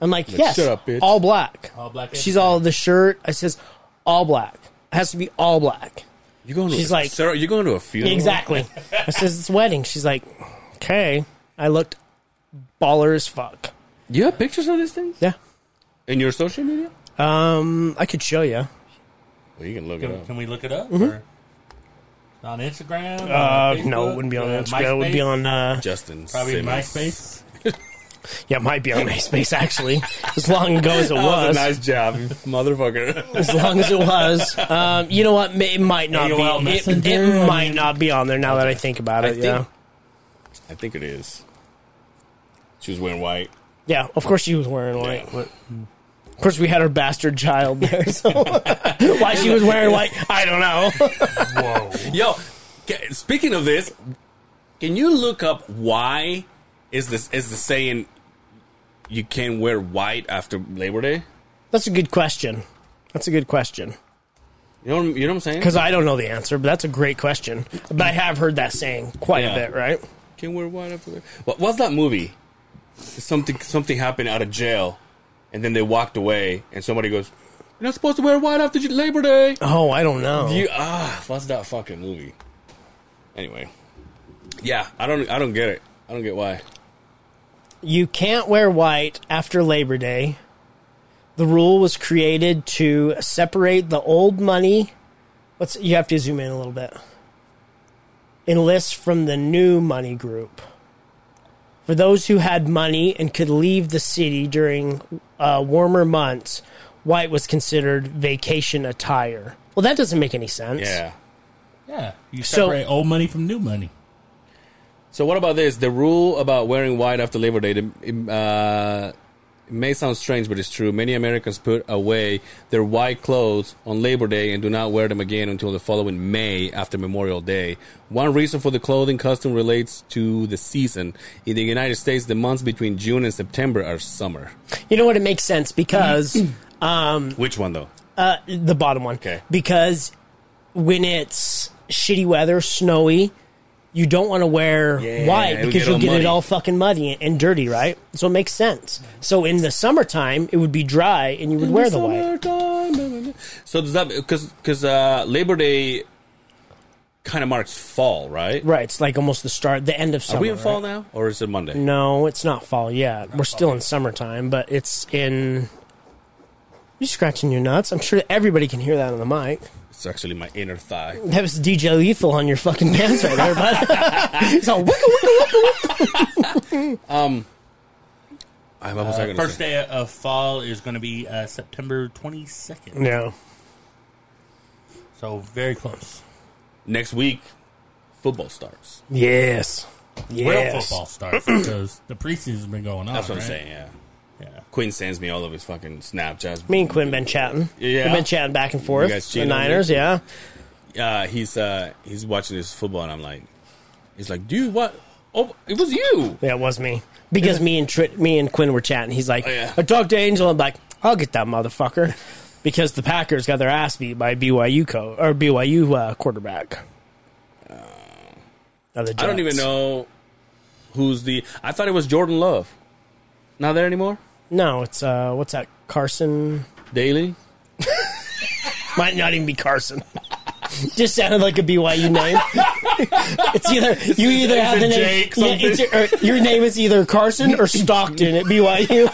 C: I'm like, "Yes."
B: "Shut up, bitch."
C: All black.
D: All black.
C: She's all the shirt. I says, "All black. It has to be all black."
B: You going? To
C: She's
B: a,
C: like-
B: Sarah, you going to a funeral?
C: Exactly. I says, "It's wedding." She's like, "Okay." I looked baller as fuck.
B: You have pictures of these things
C: Yeah.
B: in your social media?
C: Um, I could show you.
B: Well, you can look it
D: Can,
B: up.
D: can we look it up? Or on Instagram? on
C: Mm-hmm. Uh, no,
D: Facebook,
C: it wouldn't be on
D: uh,
C: Instagram. It would be
D: MySpace?
C: on uh,
B: Justin,
D: probably
B: Simmons.
D: MySpace.
C: Yeah, it might be on MySpace actually. As long ago as it
B: That was
C: was,
B: a nice job, you motherfucker.
C: as long as it was, um, you know what? ma- It might not
D: AOL
C: be. It,
D: Messenger,
C: it
D: I
C: might
D: mean-
C: not be on there now that I think about
B: I
C: it.
B: think-
C: yeah,
B: I think it is. She was wearing white.
C: yeah. Of course, she was wearing white.
B: Yeah.
D: What-
C: Of course, we had her bastard child there. So why she was wearing white, I don't know.
D: Whoa.
B: Yo, ca- speaking of this, can you look up why is this is the saying you can't wear white after Labor Day?
C: That's a good question. That's a good question
B: You know, what I'm- you know what I'm saying?
C: because I don't know the answer, but that's a great question. But I have heard that saying quite
B: Yeah.
C: a bit, right?
B: Can't wear white after. Labor What was that movie? Something something happened out of jail, and then they walked away, and somebody goes, "You're not supposed to wear white after J- Labor Day."
C: Oh, I don't know.
B: You ah, what's that fucking movie? Anyway, yeah, I don't, I don't get it. I don't get why.
C: you can't wear white after Labor Day. The rule was created to separate the old money. What's you have to zoom in a little bit. Enlist from the new money group. For those who had money and could leave the city during uh, warmer months, white was considered vacation attire. Well, that doesn't make any sense.
B: Yeah.
D: Yeah. You
C: So-
D: separate old money from new money.
B: So what about this? The rule about wearing white after Labor Day. the- im- Uh, it may sound strange, but it's true. Many Americans put away their white clothes on Labor Day and do not wear them again until the following May after Memorial Day. One reason for the clothing custom relates to the season. In the United States, the months between June and September are summer.
C: You know what? It makes sense because
B: Which one though?
C: the bottom one.
B: Okay.
C: Because when it's shitty weather, snowy, you don't want to wear
B: Yeah,
C: white
B: it'll
C: because
B: get
C: you'll
B: all
C: get it
B: muddy.
C: all fucking muddy and, and dirty, right? So it makes sense. So in the summertime, it would be dry and you would wear the white.
B: Summertime. So does that because because uh, Labor Day kind of marks fall, right?
C: Right. It's like almost the start, the end of
B: Are
C: summer.
B: we in fall
C: right?
B: now, or is it Monday?
C: No, it's not fall yet. We're still in summertime, but it's in. You scratching your nuts? I'm sure everybody can hear that on the mic.
B: It's actually my inner thigh.
C: That was DJ Lethal on your fucking pants right there, bud. it's all wicka wicka wicka. Ah,
B: I'm almost
D: Uh,
B: gonna
D: first
B: say.
D: day of fall is going to be uh, September 22nd.
C: Yeah.
D: So very close.
B: Next week, football starts.
C: Yes. Yes.
D: Real football starts because the preseason's been going on.
B: That's what
D: right?
B: I'm saying. Yeah.
D: Yeah.
B: Quinn sends me all of his fucking Snapchats.
C: Me and Quinn been chatting.
B: Yeah.
C: We've been chatting back and forth.
B: You guys
C: the
B: cheating on me?
C: Niners, yeah.
B: uh, he's uh, he's watching this football, and I'm like, he's like, dude, what? Oh, it was you.
C: Yeah, it was me. Because me and Tri- me and Quinn were chatting. He's like,
B: Oh, yeah.
C: I talked to Angel. I'm like, I'll get that motherfucker. Because the Packers got their ass beat by BYU co- or BYU uh, quarterback. Now the
B: Uh, I don't even
C: Giants.
B: know who's the. I thought it was Jordan Love. Not there anymore.
C: No, it's uh, what's that? Carson
B: Daily.
C: might not even be Carson. Just sounded like a BYU name. it's either you either have the
B: it
C: name
B: Jake
C: yeah, it's your, or your name is either Carson or Stockton at BYU.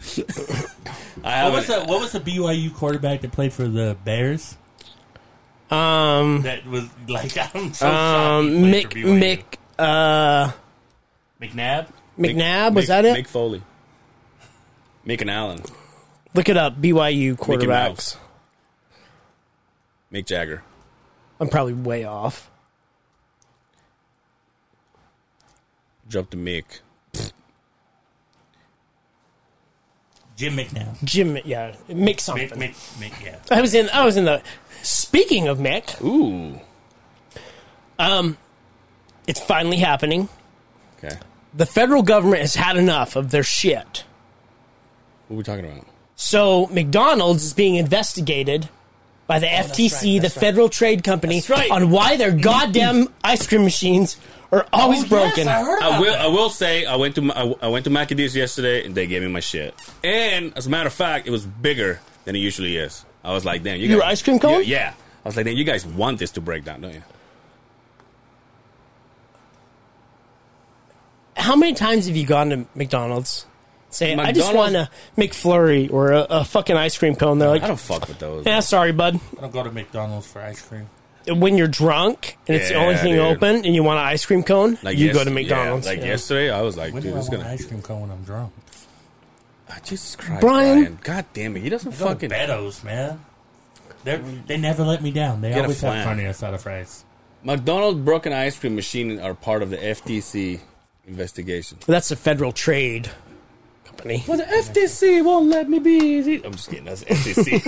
B: I
C: Oh,
D: What
B: haven't.
D: was, the, what was the BYU quarterback that played for the Bears?
B: Mm-hmm.
C: Um,
D: That was like I'm so
C: um, Mick
D: shocked. he played
C: Mick uh,
D: for BYU. McNabb.
C: McNabb was
B: Mick-
C: that it?
B: Mick Foley. Mick and Allen.
C: Look it up. BYU
B: Mickey
C: quarterbacks.
B: Mouse. Mick Jagger.
C: I'm probably way off.
B: Jumped to Mick.
D: Jim McNabb.
C: Jim, yeah, Mick something.
D: Mick, Mick, Mick, yeah.
C: I was in. I was in the. Speaking of Mick,
B: Ooh.
C: it's finally happening.
B: Okay.
C: The federal government has had enough of their shit.
B: What are we talking about?
C: So McDonald's is being investigated by
B: Oh,
C: the FTC,
D: right,
C: the
D: that's right.
C: Federal Trade Company,
D: That's right.
C: on why their goddamn ice cream machines are always broken.
B: Oh, I will. I will say I went to my- I, I went to Macadee's yesterday and they gave me my shit. And as a matter of fact, it was bigger than it usually is. I was like, damn, you
C: Your
B: guys-
C: ice cream cone?
B: Yeah, yeah. I was like, damn, you guys want this to break down, don't you?
C: How many times have you gone to McDonald's? Say, I just want
B: McDonald's-
C: a McFlurry or a, a fucking ice cream cone. They're
B: I
C: like,
B: don't fuck with those.
C: yeah, sorry, bud.
D: I don't go to McDonald's for ice cream.
C: when you're drunk and it's the only
B: Yeah,
C: thing
B: dude.
C: open and you want an ice cream cone, you
B: yes-
C: go to McDonald's.
B: Yeah, like
C: Yeah.
B: yesterday, I was like,
D: When
B: dude,
D: do I
B: it's
D: want
B: gonna.
D: ice cream cone when I'm drunk?
B: Ah, Jesus Christ,
C: Brian.
B: Brian. God damn it, he doesn't
D: Go
B: fucking. Mm.
D: Fucking Beddoes, man. They they never let me down. They
B: Get a
D: always have
B: flan.
D: carne asada fries.
B: McDonald's broken ice cream machine are part of the FTC investigation.
C: That's a federal trade company.
B: Well, the FTC won't let me be. I'm just kidding. That's FTC.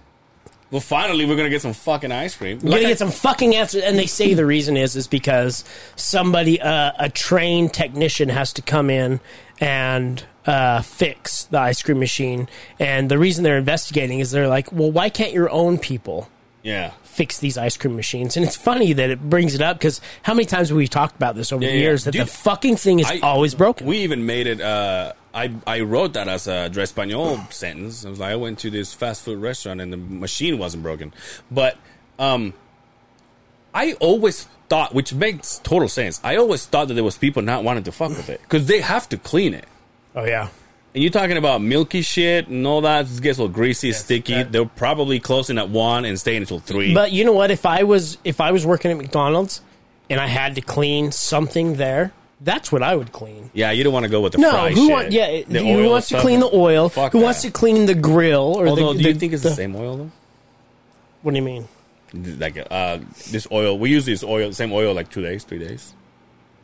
B: well, finally, we're gonna get some fucking ice cream.
C: We're gonna get some fucking answers, and they say the reason is is because somebody, uh, a trained technician, has to come in and uh, fix the ice cream machine. And the reason they're investigating is they're like, well, why can't your own people
B: yeah,
C: fix these ice cream machines? And it's funny that it brings it up because how many times have we talked about this over
B: Yeah,
C: the
B: yeah.
C: years that
B: Dude,
C: the fucking thing is
B: I-
C: always broken?
B: we even made it. Uh, I I wrote that as a dress español sentence. I was like, I went to this fast food restaurant and the machine wasn't broken, but um, I always thought, which makes total sense. I always thought that there was people not wanting to fuck with it because they have to clean it.
C: oh yeah.
B: And you're talking about milky shit and all that. It gets all greasy, sticky.
D: that-
B: They're probably closing at one and staying until three.
C: But you know what? If I was if I was working at McDonald's and I had to clean something there, that's what I would clean.
B: yeah, you don't want to go with the
C: No,
B: fry
C: who
B: shit.
C: want, yeah,
B: The
C: who
B: oil
C: wants to
B: stuff.
C: clean the oil?
B: Fuck
C: who wants
B: that.
C: to clean the grill or
B: Although,
C: the,
B: do you
C: the-
B: think it's the, same oil
C: What do you mean?
B: though? Like uh, this oil, we use this oil, same oil, like two days, three days.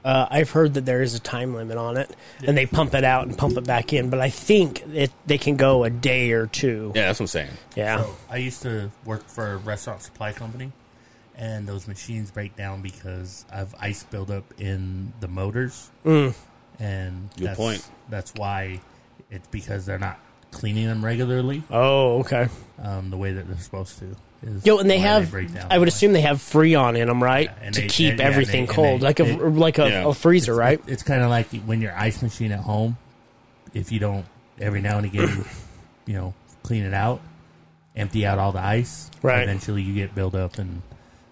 C: Uh, I've heard that there is a time limit on it, and they pump it out and pump it back in. But I think it, they can go a day or two.
B: Yeah, that's what I'm saying.
C: Yeah,
D: So I used to work for a restaurant supply company, and those machines break down because of ice buildup in the motors.
C: Mm.
D: And
B: Good
D: that's,
B: point.
D: That's why it's because they're not cleaning them regularly
C: Oh, okay.
D: um, the way that they're supposed to. is
C: Yo, and they
D: why
C: have.
D: break down
C: I would
D: that way.
C: assume they have Freon in them, right,
D: Yeah, and
C: to
D: they-
C: keep
D: and- yeah,
C: everything
D: and they-
C: cold,
D: and
C: like a
D: they-
C: like a,
B: Yeah.
C: a freezer, right?
D: It's kind of like when your ice machine at home. If you don't every now and again, you know, clean it out, empty out all the ice.
C: Right.
D: Eventually, you get built up, and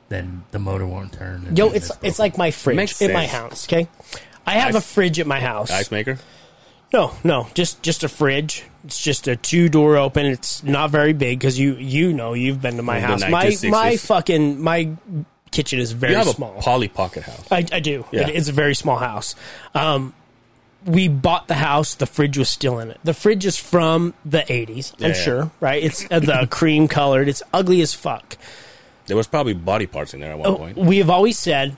D: then the motor won't turn. and
C: Yo,
D: then
C: it's
D: broken.
C: it's like my fridge
B: Makes
C: at my
B: sense.
C: house. Okay, I have a
B: Ice-
C: fridge at my house.
B: Ice maker.
C: No, no, just just a fridge. It's just a two door open. It's not very big because you you know you've been to my
B: The
C: house. My
B: 1960s.
C: my fucking my kitchen is
B: You
C: very
B: have a
C: small.
B: Polly Pocket house.
C: I, I do.
B: Yeah.
C: It, it's a very small house. Um, we bought the house. The fridge was still in it. The fridge is from the 80s, I'm
B: Yeah.
C: sure, right? It's uh, the cream colored. It's ugly as fuck.
B: There was probably body parts in there at
C: Oh.
B: one point.
C: We have always said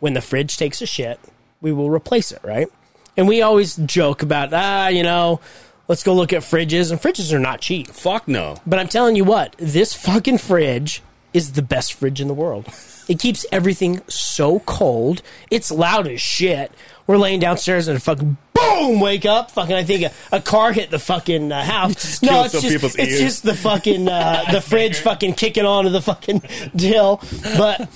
C: when the fridge takes a shit, we will replace it, right? And we always joke about, ah, you know, let's go look at fridges. And fridges are not cheap.
B: Fuck no.
C: But I'm telling you what, this fucking fridge is the best fridge in the world. It keeps everything so cold. It's loud as shit. We're laying downstairs and fucking boom, wake up. Fucking, I think a, a car hit the fucking uh, house. No,
B: killed
C: it's
B: some
C: just,
B: people's
C: it's
B: ears.
C: just the fucking uh, the fridge fucking kicking onto the fucking deal. But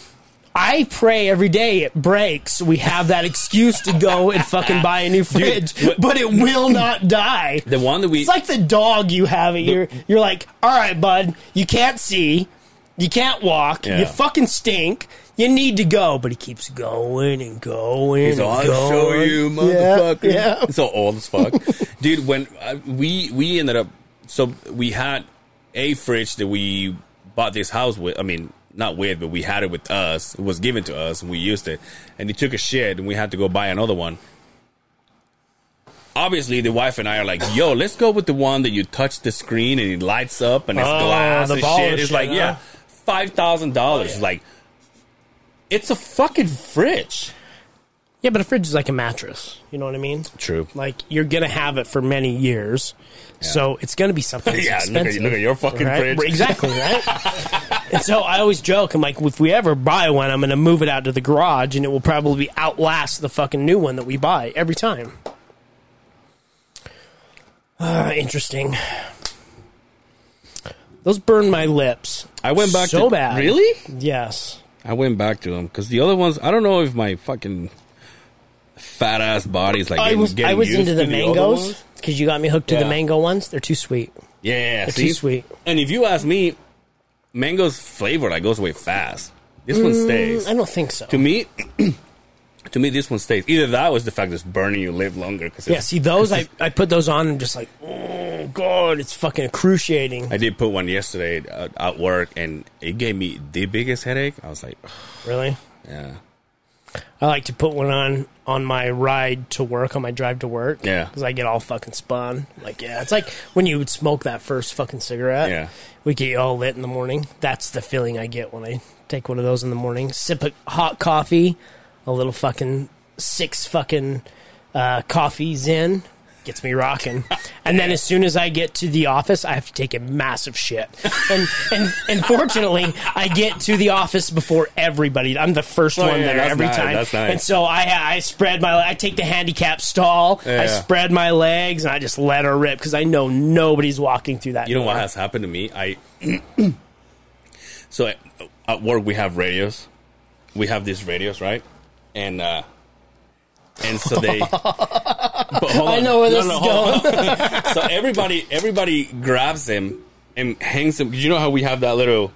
C: I pray every day it breaks. We have that excuse to go and fucking buy a new fridge,
B: what-
C: but it will not die.
B: The one that we
C: It's like the dog you have at your. You're like, all right, bud, you can't see, you can't walk,
B: Yeah.
C: you fucking stink. You need to go, but he keeps going and going.
B: He's
C: and
B: all, I'll
C: going.
B: show you,
C: Yeah,
B: motherfucker.
C: Yeah,
B: So old as fuck, dude. When uh, we we ended up, so we had a fridge that we bought this house with. I mean, not with, but we had it with us. It was given to us, and we used it. And it took a shit, and we had to go buy another one. Obviously, the wife and I are like, "Yo, let's go with the one that you touch the screen and it lights up and it's
C: Oh,
B: glass
C: the
B: and
C: ball
B: shit."
C: and
B: It's
C: shit,
B: like,
C: huh?
B: yeah, five thousand dollars. Like, it's a fucking fridge.
C: yeah. But a fridge is like a mattress. You know what I mean?
B: True.
C: Like you're gonna have it for many years, so it's gonna be something. That's
B: Yeah, look at-
C: expensive,
B: look at your fucking
C: right?
B: fridge.
C: Exactly right. and so I always joke. I'm like, if we ever buy one, I'm gonna move it out to the garage, and it will probably outlast the fucking new one that we buy every time. Ah, interesting. Those burn my lips.
B: I went back
C: so
B: to,
C: bad.
B: Really?
C: Yes.
B: I went back to them because the other ones, I don't know if my fucking fat ass body's like.
C: I
B: Getting,
C: was I
B: getting
C: was
B: used
C: into the
B: to other
C: mangoes
B: ones.
C: because you got me hooked to the
B: Yeah.
C: mango ones. They're too sweet.
B: yeah,
C: They're
B: see?
C: too sweet.
B: And if you ask me, mango's flavor like goes away fast. This one stays.
C: Mm, I don't think so.
B: To me, to me, this one stays. Either that was the fact that it's burning you live longer. Cause
C: Yeah,
B: it's-
C: see those I, I put those on and just like, oh god, it's fucking excruciating.
B: I did put one yesterday at, at work, and it gave me the biggest headache. I was like,
C: Really?
B: yeah,
C: I like to put one on on my ride to work, on my drive to work.
B: Yeah.
C: Cuz I get all fucking spun. Like, yeah, it's like when you would smoke that first fucking cigarette.
B: Yeah.
C: We get you all lit in the morning. That's the feeling I get when I take one of those in the morning. Sip a hot coffee, a little fucking six fucking uh, coffees in. Gets me rocking, and then as soon as I get to the office, I have to take a massive shit. And and, and fortunately, I get to the office before everybody. I'm the first
B: Oh,
C: one
B: yeah,
C: there
B: that's
C: every
B: nice,
C: time,
B: that's nice.
C: and so I I spread my I take the handicap stall,
B: Yeah.
C: I spread my legs, and I just let her rip because I know nobody's walking through that.
B: You know
C: door.
B: what has happened to me? I so at, at work we have radios. We have these radios, right? And uh and so they. but hold
C: I
B: on.
C: know where
B: No,
C: this
B: no,
C: is
B: hold on.
C: going.
B: so everybody, everybody grabs them and hangs them. You know how we have that little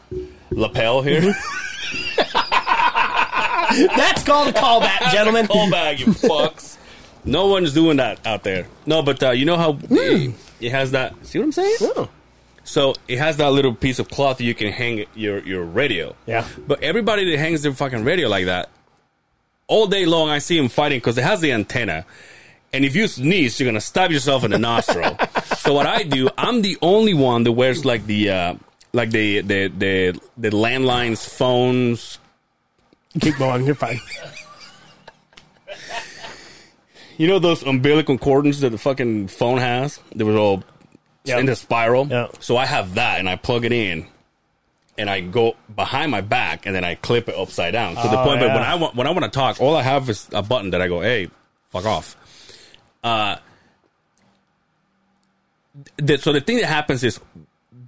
B: lapel here?
C: Mm-hmm. That's called a callback, gentlemen.
B: Call bag, you fucks. No one's doing that out there. No, but uh, you know how
C: Hmm.
B: it, it has that. See what I'm saying? So it has that little piece of cloth that you can hang your your radio.
C: Yeah.
B: But everybody that hangs their fucking radio like that, all day long, I see him fighting because it has the antenna. And if you sneeze, you're gonna stab yourself in the nostril. so what I do, I'm the only one that wears like the uh, like the the the the landlines phones.
C: Keep going, you're fine.
B: You know those umbilical cordons that the fucking phone has? They were all
C: Yeah.
B: in a spiral.
C: Yeah.
B: So I have that, and I plug it in, and I go behind my back, and then I clip it upside down to the
C: Oh,
B: point. But when
C: yeah.
B: I want when I want to talk, all I have is a button that I go, "Hey, fuck off." Uh, th- so the thing that happens is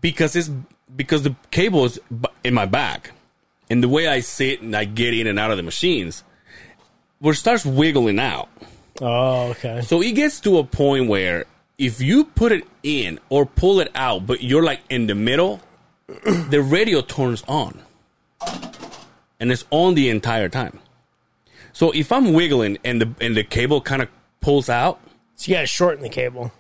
B: because it's because the cable is bu- in my back, and the way I sit and I get in and out of the machines, where it starts wiggling out.
C: Oh, okay.
B: So it gets to a point where if you put it in or pull it out, but you're like in the middle, the radio turns on. And it's on the entire time. So if I'm wiggling and the and the cable kind of pulls out,
C: So you gotta shorten the cable.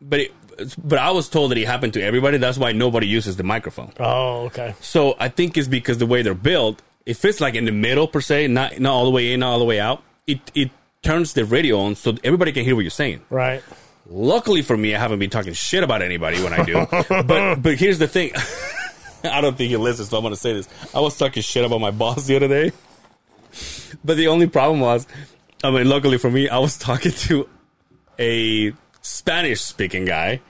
B: but it, but I was told that it happened to everybody. That's why nobody uses the microphone.
C: Oh, okay.
B: So I think it's because the way they're built, if it's like in the middle per se, not not all the way in, not all the way out, it it turns the radio on so everybody can hear what you're saying.
C: Right.
B: Luckily for me, I haven't been talking shit about anybody when I do. but but here's the thing. I don't think he listens, so I'm gonna say this. I was talking shit about my boss the other day. But the only problem was, I mean, luckily for me, I was talking to a Spanish speaking guy.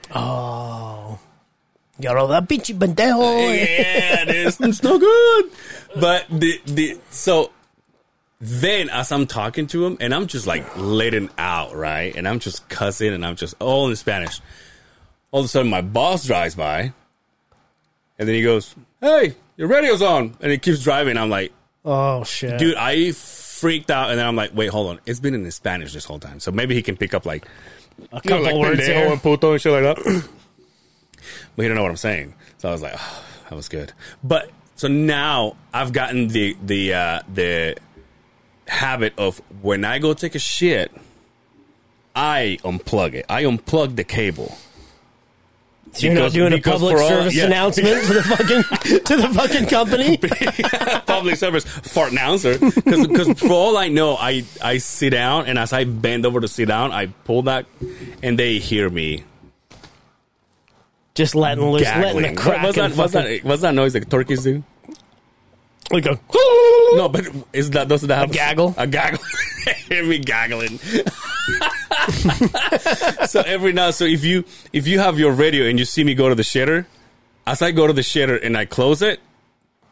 C: Got all that bitchy pendejo.
B: yeah, this it's no good. But the the so then as I'm talking to him and I'm just like letting out, right? And I'm just cussing and I'm just all in Spanish. All of a sudden my boss drives by and then he goes, Hey, your radio's on and it keeps driving. I'm like,
C: Oh shit,
B: dude, I freaked out and then I'm like, wait, hold on. It's been in Spanish this whole time. So maybe he can pick up like
C: A couple
B: like
C: words
B: pendejo
C: there.
B: and puto and shit like that. but he don't know what I'm saying. So I was like, oh, that was good. But so now I've gotten the the uh, the habit of when I go take a shit, I unplug it. I unplug the cable.
C: So you're not
B: because-
C: doing a
B: because
C: public
B: for all-
C: service
B: yeah.
C: announcement to the fucking to the fucking company.
B: public service fart announcer because for all I know, I I sit down and as I bend over to sit down, I pull that and they hear me
C: Just letting loose, letting
B: gaggling.
C: the crack.
B: What's that?
C: and
B: What's
C: fucking-
B: that? What's that noise that turkeys do?
C: Like a
B: No, but is that doesn't that have
C: gaggle?
B: A gaggle. Hear me gaggling. so every now, so if you if you have your radio and you see me go to the shitter, as I go to the shitter and I close it,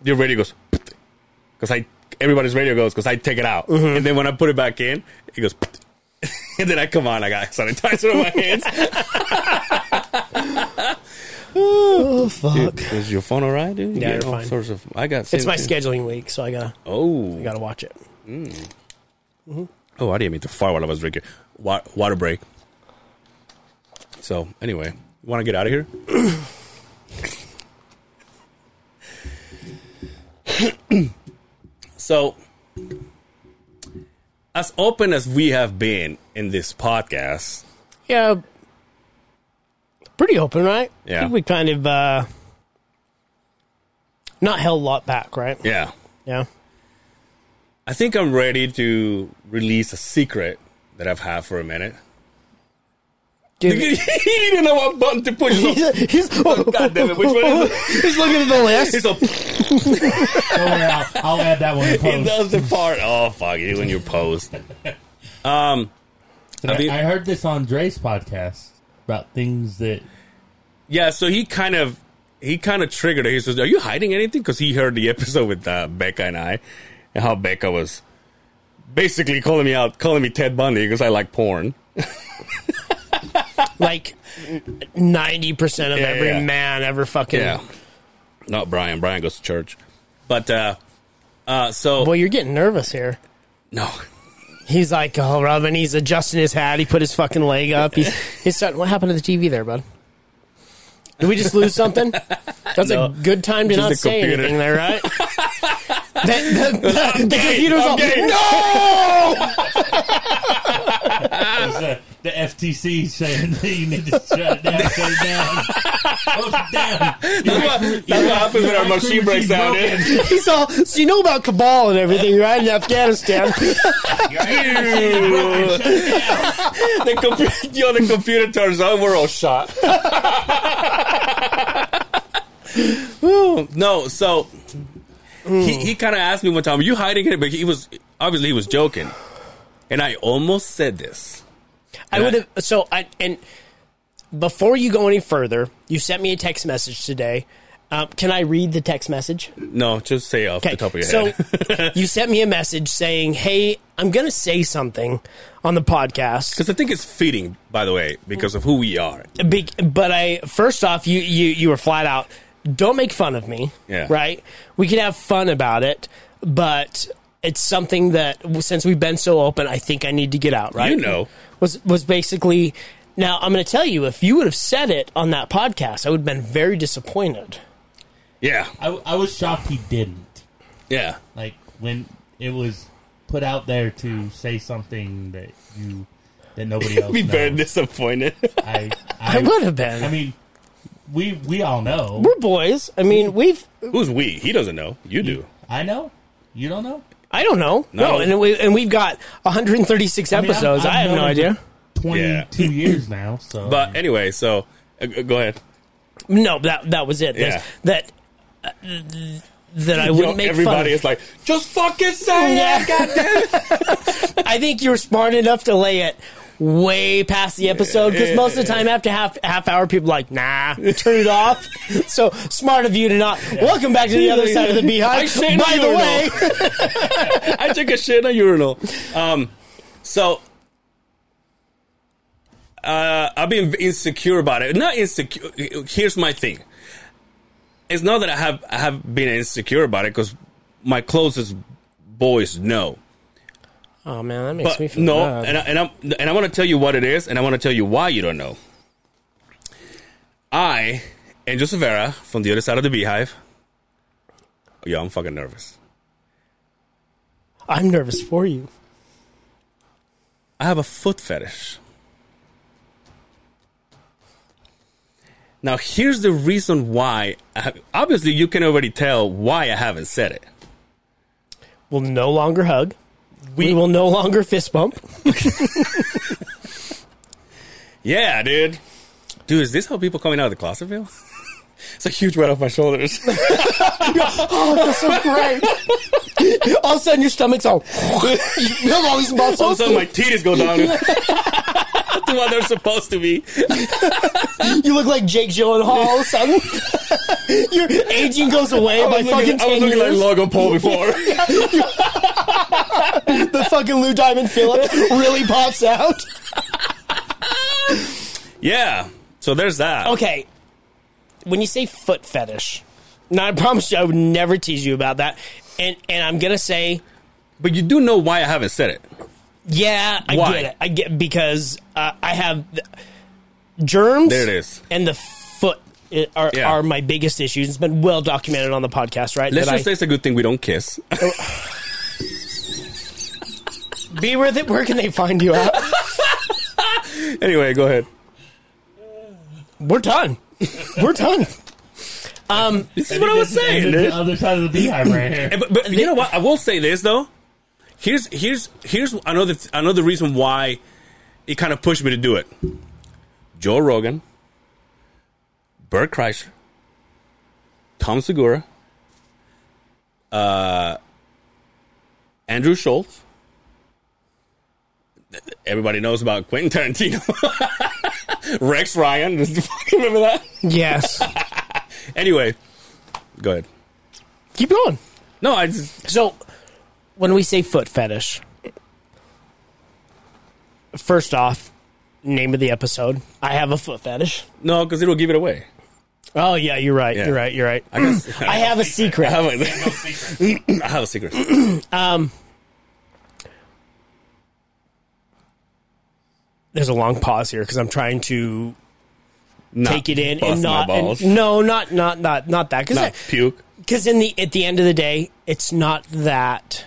B: your radio goes because I everybody's radio goes because I take it out
C: Mm-hmm.
B: and then when I put it back in, it goes. And then I come on, I got sanitizer on my hands.
C: oh fuck.
B: Is your phone alright, dude? You
C: Yeah,
B: get
C: you're
B: all
C: fine.
B: Sorts of, I got.
C: It's my scheduling week, so I gotta
B: Oh,
C: gotta watch it.
B: Oh, I didn't mean to fart while I was drinking. Wa- Water break. So, anyway, you want to get out of here? so, as open as we have been in this podcast,
C: Yeah, pretty open, right?
B: Yeah.
C: I think we kind of uh, not held a lot back, right?
B: yeah,
C: Yeah.
B: I think I'm ready to release a secret that I've had for a minute.
C: Dude,
B: he didn't know what button to push. He's like,
C: he's, he's,
B: God damn it, which one is it?
C: he's looking at the list.
B: He's like,
D: Don't worry, I'll, Oh, I'll add that one. in
B: It
D: post.
B: does the part. Oh fuck you in your post. Um, I
D: I,
B: mean-
D: I heard this on Dre's podcast about things that
B: Yeah, so he kind of he kind of triggered it. He says, "Are you hiding anything?" Because he heard the episode with uh, Becca and I, and how Becca was basically calling me out, calling me Ted Bundy because I like porn.
C: like ninety percent of
B: Yeah,
C: every
B: yeah.
C: man ever fucking.
B: not Brian. Brian goes to church, but uh, uh, so
C: Well, you're getting nervous here.
B: no,
C: He's like, oh, Robin. He's adjusting his hat. He put his fucking leg up. He's, he's starting. What happened to the TV there, bud? Did we just lose something? That's
B: No.
C: a good time to
B: Just
C: not
B: the
C: say
B: computer.
C: anything there, right? the, the- the- the computer's
B: I'm
C: all,
B: gay.
C: no!
D: the, the FTC saying that you need to shut it down, shut it down, close it down.
B: that's what, that's what happens when our machine breaks down. dude.
C: He's all, so you know about Kabul and everything, right? In Afghanistan.
B: the computer, yo, the computer turns on. We're all shot. Ooh, no, so he, he kind of asked me one time, "Are you hiding it?" But he was obviously he was joking, and I almost said this.
C: I would have. So I and before you go any further, you sent me a text message today. Um, can I read the text message?
B: No, just say off the top of your
C: so
B: head.
C: you sent me a message saying, "Hey, I'm going to say something on the podcast."
B: Because I think it's feeding, by the way, because of who we are.
C: Be- but I first off, you you you were flat out. Don't make fun of me.
B: Yeah.
C: Right. We could have fun about it, but it's something that since we've been so open, I think I need to get out. Right.
B: You know.
C: Was was basically. Now I'm going to tell you if you would have said it on that podcast, I would have been very disappointed.
B: Yeah,
D: I, I was shocked he didn't.
B: yeah.
D: Like when it was put out there to say something that you that nobody else
B: Be
D: knows.
B: very disappointed.
D: I,
C: I would have been.
D: I mean, we we all know.
C: we're boys. I mean, we've
B: Who's we? He doesn't know. You do.
D: I know. You don't know.
C: I don't know. No,
B: No.
C: and we and we've got 136
D: mean, I've-
C: episodes.
D: I've
C: I have no
D: known
C: idea.
D: Twenty-two years now. So,
B: But anyway, so uh, go ahead.
C: No, that that was it. That's-
B: Yeah.
C: That uh, that I
B: You
C: wouldn't
B: know,
C: make
B: everybody
C: fun. of. Oh,
B: is like, just fucking say
C: Yeah.
B: it, goddamn.
C: I think you're smart enough to lay it way past the episode because most of the time after half half hour people are like nah turn it off so smart of you to not welcome back to the other side of the
B: I
C: beehive
B: say
C: by
B: no,
C: the
B: you
C: way
B: I took a shit in a urinal. Um, so uh, I've been insecure about it. Not insecure. Here's my thing. It's not that I have I have been insecure about it because my closest boys know.
C: oh man that makes
B: But
C: me feel
B: no,
C: bad.
B: and I, and I'm and I want to tell you what it is, and I want to tell you why you don't know. I, Angel Severa, from the other side of the beehive. Yo, I'm fucking nervous.
C: i'm nervous for you
B: I have a foot fetish. Now, here's the reason why. I have, obviously, you can already tell why I haven't said it.
C: we'll no longer hug we, will no longer fist bump
B: Yeah, dude. Dude, is this how people coming out of the closet feel? it's a huge weight off my shoulders.
C: so great all of a sudden your stomach's all you have all these
B: All of
C: muscles
B: a sudden, my titties go down to what they're supposed to be.
C: you look like jake gyllenhaal all of a sudden your aging goes away
B: I
C: by
B: was looking,
C: fucking 10
B: I was looking like
C: years
B: Logan Paul before.
C: the fucking Lou Diamond Phillips really pops out.
B: yeah. So there's that.
C: Okay, when you say foot fetish, now I promise you I would never tease you about that, and and I'm gonna say
B: But you do know why I haven't said it.
C: yeah, I
B: Why?
C: get it, I get because uh, I have the, germs.
B: There it is.
C: and the foot i- are
B: Yeah.
C: are my biggest issues. It's been well documented on the podcast, right?
B: Let's
C: that
B: just
C: I-
B: say it's a good thing we don't kiss.
C: be worth it. Where can they find you at?
B: anyway, go ahead.
C: We're done. We're done. Um,
B: This is what I was saying.
D: the
B: dude.
D: other side of the beehive right here.
B: But, but you know what? I will say this though. Here's here's here's another another reason why it kind of pushed me to do it. Joe Rogan, Bert Kreischer, Tom Segura, uh, Andrew Schultz. Everybody knows about Quentin Tarantino, Rex Ryan. Remember that?
C: Yes.
B: Anyway, go ahead.
C: Keep going.
B: No, I just
C: So, when we say foot fetish, first off, name of the episode. I have a foot fetish.
B: no because it'll give it away.
C: Oh yeah, you're right.
B: Yeah.
C: You're right. You're right.
B: I guess
C: I have a
B: I
C: secret.
B: have a, I have a secret.
C: There's a long pause here because I'm trying to
B: Not
C: take it in
B: bust
C: and not.
B: Ah, my
C: and-
B: balls.
C: no, not not not not that
B: not
C: because
B: puke.
C: because in the at the end of the day, it's not that.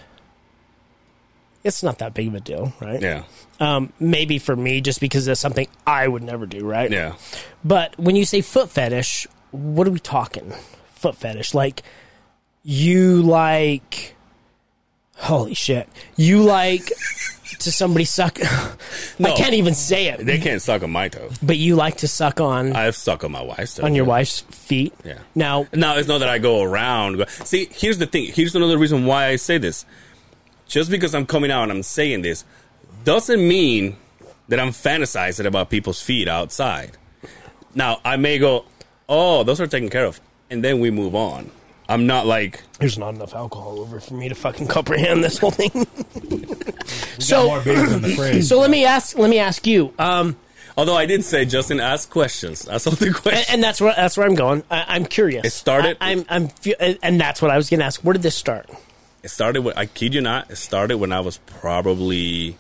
C: It's not that big of a deal, right?
B: Yeah,
C: Um, maybe for me, just because that's something I would never do, right?
B: yeah.
C: But when you say foot fetish, what are we talking? Foot fetish. Like you like holy shit. You like to somebody suck
B: No,
C: I can't even say it.
B: They can't suck on my toe.
C: But you like to suck on
B: I've sucked on my wife's toe.
C: on your wife's feet.
B: Yeah.
C: Now
B: No, it's not that I go around. See, here's the thing. Here's another reason why I say this. Just because I'm coming out and I'm saying this doesn't mean that I'm fantasizing about people's feet outside. Now, I may go, oh, those are taken care of. And then we move on. I'm not like,
C: there's not enough alcohol over for me to fucking comprehend this whole thing. so
D: more beers in the fridge.
C: so let me ask let me ask you. Um
B: although I did say, Justin, ask questions. Ask all the questions.
C: and, and that's where that's where I'm going. I, I'm curious.
B: It started-
C: I, I'm I'm fe- and that's what I was going to ask. Where did this start?
B: It started when I kid you not. It started when I was probably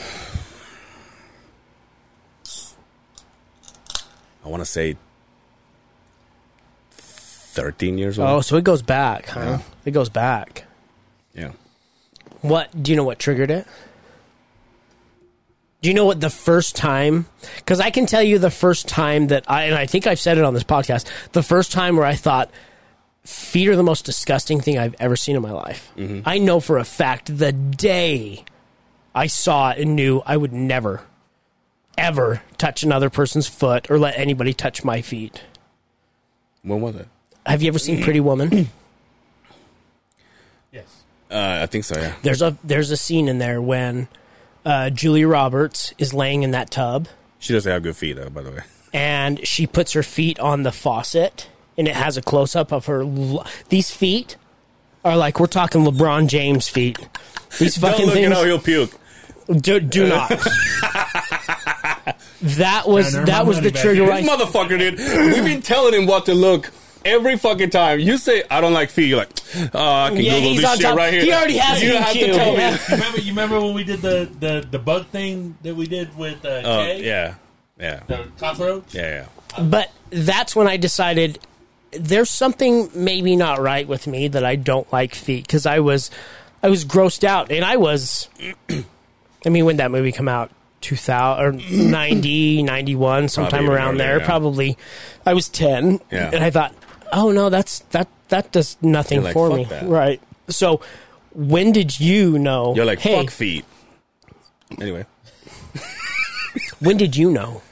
B: I want to say thirteen years old.
C: Oh, so it goes back, huh? It goes back.
B: Yeah,
C: What do you know? What triggered it? Do you know what the first time? Because I can tell you the first time that I and I think I've said it on this podcast. The first time where I thought feet are the most disgusting thing I've ever seen in my life. I know for a fact the day I saw it and knew I would never, ever touch another person's foot or let anybody touch my feet.
B: When was it?
C: Have you ever seen Pretty Woman?
D: Yes.
B: Uh, I think so. Yeah.
C: There's a there's a scene in there when uh, Julia Roberts is laying in that tub
B: She doesn't have good feet though. By the way.
C: and she puts her feet on the faucet and it has a close up of her l- these feet are like we're talking LeBron James feet. These fucking
B: Don't look at how
C: things
B: he'll puke.
C: do, do not. that was
D: Trying to earn my
C: that was
D: money
C: the
D: back.
C: trigger.
B: This
C: I-
B: motherfucker, dude. We've been telling him what to look every fucking time. You say I don't like feet. You're like, oh, I can
C: Yeah,
B: Google
C: he's
B: this
C: on
B: shit
C: top.
B: right here.
C: He already has
B: You
C: it
B: don't
C: in
B: have to
C: queue.
B: tell me.
C: Yeah.
D: you remember, you remember when we did the, the, the bug thing that we did with uh,
B: Oh,
D: Kay?
B: yeah, yeah, yeah,
D: The cockroach?
B: yeah.
C: but that's when I decided there's something maybe not right with me that I don't like feet because I was I was grossed out and I was I mean when that movie come out 2000 or 90 91 sometime
B: Probably
C: around
B: around
C: there
B: there, yeah.
C: probably I was 10
B: Yeah.
C: and I thought oh no that's that that does nothing
B: You're like,
C: for
B: "Fuck
C: me
B: that."
C: right so when did you know
B: You're like
C: hey
B: fuck feet. Anyway,
C: when did you know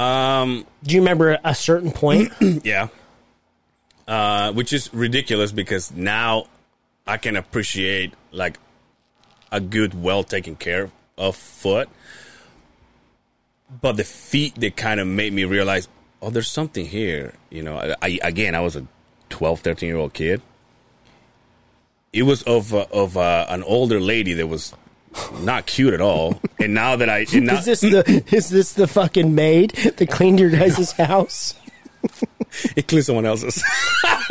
B: um,
C: do you remember a certain point
B: yeah, uh, which is ridiculous because now I can appreciate like a good, well taken care of foot. But the feet that kind of made me realize, oh, there's something here. You know, I, I again, I was a 12, 13 year old kid. It was of uh, of uh, an older lady that was not cute at all, and now that I and now,
C: Is this the is this the fucking maid that cleaned your guys' house?
B: including someone else's.
C: Take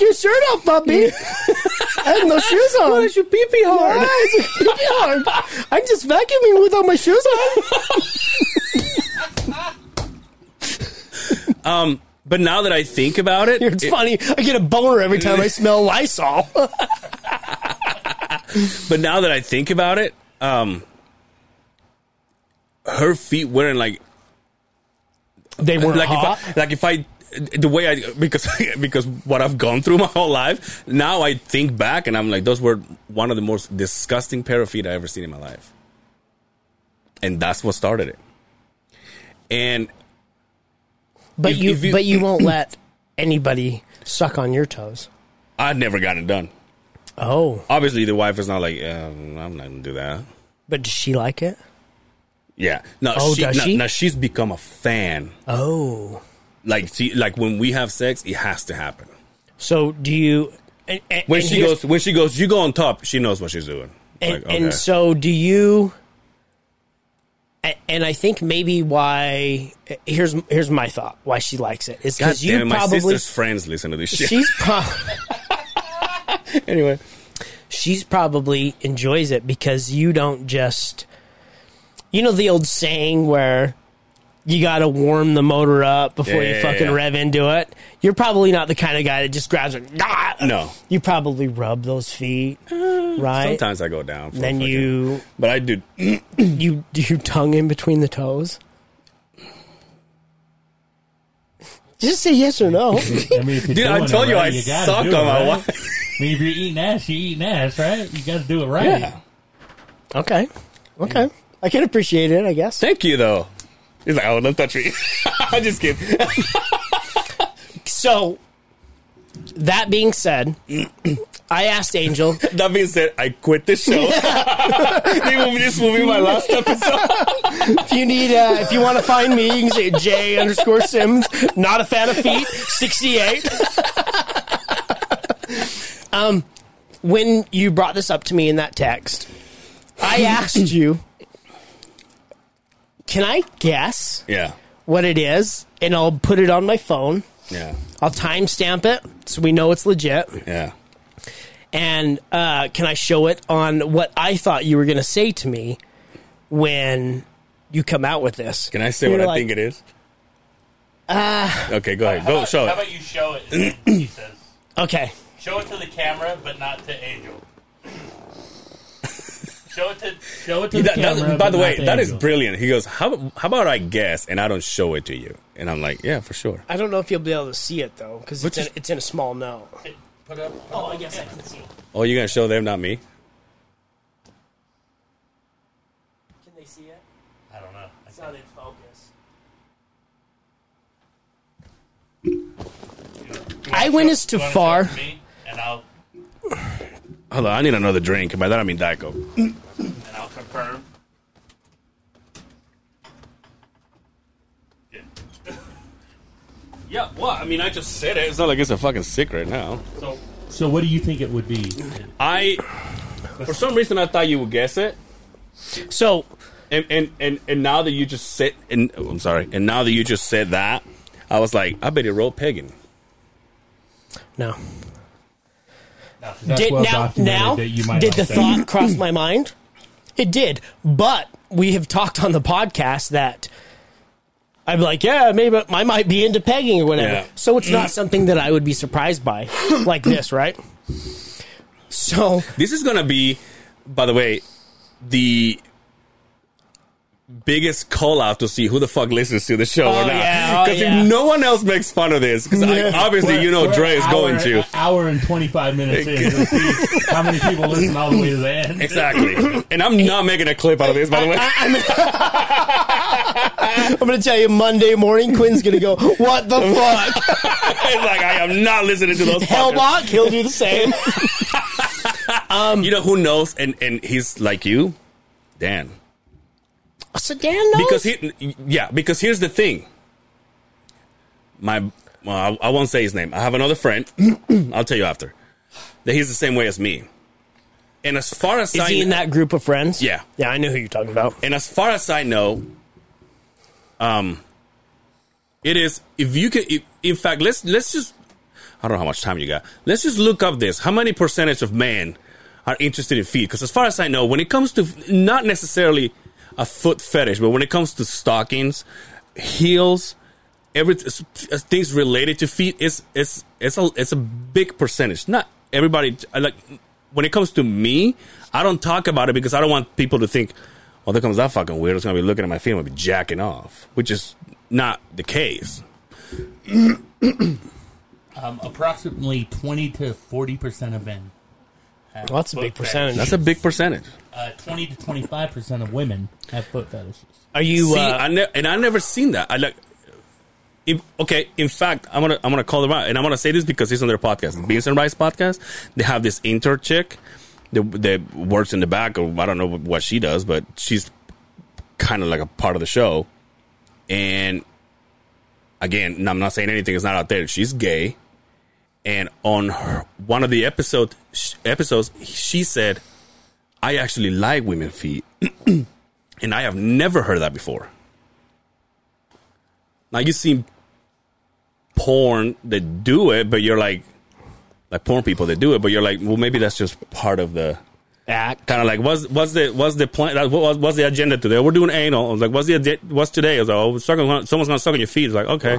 C: your shirt off, puppy. I have no shoes on. Why is your pee pee hard? pee pee hard. I'm just vacuuming without my shoes on.
B: But now that I think about it,
C: It's
B: it-
C: funny. I get a boner every time I smell Lysol.
B: but now that I think about it, um, her feet weren't like
C: they weren't
B: like
C: hot.
B: if I, like if I the way I because because what I've gone through my whole life. Now I think back and I'm like, those were one of the most disgusting pair of feet I ever seen in my life, and that's what started it. And
C: but
B: if-
C: you,
B: if you-
C: but you won't let anybody suck on your toes.
B: I'd never gotten it done.
C: Oh,
B: Obviously, the wife is not like um, I'm not gonna do that.
C: but does she like it?
B: Yeah, no,
C: Oh,
B: she,
C: does
B: no,
C: she?
B: no, she's become a fan.
C: Oh,
B: Like, she, like when we have sex, it has to happen.
C: so do you? And, and,
B: when
C: and
B: she
C: here's-
B: goes when she goes you go on top she knows what she's doing
C: and,
B: Like, okay.
C: and so do you a- and I think maybe why here's here's my thought why she likes it is
B: God
C: because
B: damn
C: you
B: it, my
C: probably
B: sister's friends listen to this shit
C: she's probably
B: anyway
C: she's probably enjoys it because you don't just you know the old saying where you got to warm the motor up before
B: Yeah,
C: you
B: yeah,
C: fucking
B: yeah.
C: rev into it. You're probably not the kind of guy that just grabs it. "Ah!"
B: No. Uh,
C: You probably rub those feet, right?
B: sometimes I go down for a
C: Then
B: fucking-
C: you
B: but I do
C: you do you tongue in between the toes? Just say yes or no.
D: I mean, if you're
B: dude I
D: doing
B: told
D: it
B: you
D: right,
B: I
D: gotta
B: suck on
D: do it
B: my
D: right.
B: wife
D: I mean, if you're eating ass, you're eating ass, right? You got to do it right.
B: yeah
C: okay. Okay. I can appreciate it, I guess.
B: thank you though he's like I would love touch me I'm just kidding
C: So, that being said, I asked Angel.
B: that being said I quit the show This will be- this will be my last episode
C: If you need, uh, if you want to find me, you can say J underscore Sims. Not a fan of feet. Sixty-eight. um, when you brought this up to me in that text, I asked you, "Can I guess
B: yeah
C: what it is?" And I'll put it on my phone.
B: yeah
C: I'll timestamp it so we know it's legit.
B: yeah
C: And uh, can I show it on what I thought you were going to say to me when you come out with this?
B: can I say
C: You're
B: what I
C: like, ah.
B: think it is uh okay go ahead go show it
D: you show it? he says,
C: Okay.
D: show it to the camera, but not to Angel. Show it to show it to
B: He-
D: the
B: that- that-
D: camera.
B: by
D: but
B: the
D: not
B: way,
D: the
B: that is
D: angel.
B: brilliant. He goes, how, how about I guess and I don't show it to you? And I'm like, yeah, for sure.
C: I don't know if you'll be able to see it though, because it's,
B: Which
C: in
B: is-
C: it's in a small note.
D: Put up.
C: Oh, I guess I can see.
B: Oh, you're going to show them, not me?
C: Can they see it?
D: I don't know. I
C: It's
D: think-
C: not in focus. I went as
D: You
C: too
D: wanna show
C: far.
D: it to me, and I'll
B: Hold on, I need another drink. By that, I mean Dico.
D: and I'll confirm. Yeah.
B: Yeah, well, I mean, I just said it. It's not like it's a fucking secret now.
D: So, so what do you think it would be?
B: I, for some reason, I thought you would guess it.
C: So
B: And, and, and, and now that you just said, and oh, I'm sorry, and now that you just said that, I was like, I bet he wrote Pagan.
C: no.
D: No,
C: Did now now did the thought cross my mind? It did, but we have talked on the podcast that I'm like, yeah, maybe I might be into pegging or whatever.
B: Yeah.
C: So it's not something that I would be surprised by, like this, right? So
B: This is gonna be, by the way, the biggest call out to see who the fuck listens to the show
C: Oh,
B: or not.
C: yeah, oh,
B: Because
C: yeah.
B: if no one else makes fun of this, because obviously you know Dre is going to.
D: An hour and 25 minutes in. We'll see how many people listen all the way to the end.
B: Exactly. and I'm not making a clip out of this, by the way.
C: I'm gonna tell you, Monday morning, Quinn's gonna go, "What the fuck?
B: it's like I am not listening to those. fuckers.
C: Hellbach, he'll do the same."
B: You know who knows? And and he's like you, Dan.
C: So Dan knows.
B: Because he, yeah, because here's the thing. My, well, I, I won't say his name. I have another friend. I'll tell you after. That he's the same way as me. And as far as
C: is
B: I,
C: he in that group of friends?
B: Yeah.
C: yeah, I know who you're talking about.
B: and as far as I know, um, it is if you can. If, in fact, let's let's just. I don't know how much time you got. Let's just look up this. How many percentage of men are interested in feet? Because as far as I know, when it comes to not necessarily a foot fetish, but when it comes to stockings, heels, every s- s- things related to feet is it's it's a it's a big percentage. Not everybody I like when it comes to me, I don't talk about it because I don't want people to think, "Oh, there comes that fucking weirdo. It's gonna be looking at my feet and be jacking off," which is not the case.
D: Um, approximately 20 to 40% of men. have
C: Well, that's a
D: foot
C: big percentage.
D: fetishes.
B: That's a big percentage.
D: Uh, 20 to 25% of women have foot fetishes.
C: Are you?
B: See,
C: uh,
B: I ne- and I never seen that. I like. If, okay, in fact, I'm gonna I'm gonna call them out, and I'm gonna say this because it's on their
C: Mm-hmm.
B: podcast, Beans and Rice podcast. They have this inter chick that, that works in the back, or I don't know what she does, but she's kind of like a part of the show. And again, I'm not saying anything; it's not out there. She's gay, and on her, one of the episode sh- episodes, she said, "I actually like women feet." And I have never heard that before. Now you see porn that do it, but you're like, like porn people that do it, but you're like, well, maybe that's just part of the
C: act.
B: kind of like what's what's the what's the plan? Like, what, what's the agenda today? We're doing anal. I was like, what's the ag- what's today? I was like, oh, we're sucking on- someone's gonna suck on your feet. It's like, okay,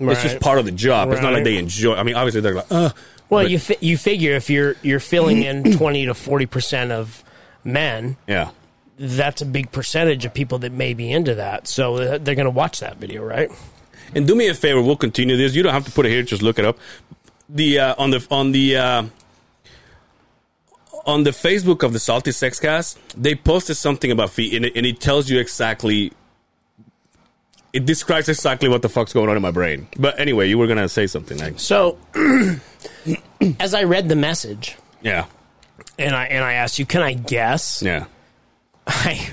B: it's just
C: Right.
B: part of the job. It's not like
C: Right.
B: they enjoy. I mean, obviously they're like, uh,
C: Well,
B: but-
C: you fi- you figure if you're you're filling in twenty to forty percent of men,
B: yeah.
C: that's a big percentage of people that may be into that. So uh, they're going to watch that video, right?
B: And do me a favor, we'll continue this. You don't have to put it here; just look it up. The uh, on the on the uh, on the Facebook of the Salty Sex Cast, they posted something about feet, and it, and it tells you exactly. It describes exactly what the fuck's going on in my brain. But anyway, you were gonna say something like,
C: So as I read the message
B: yeah,
C: and I and I asked you, "Can I guess?"
B: yeah,
C: I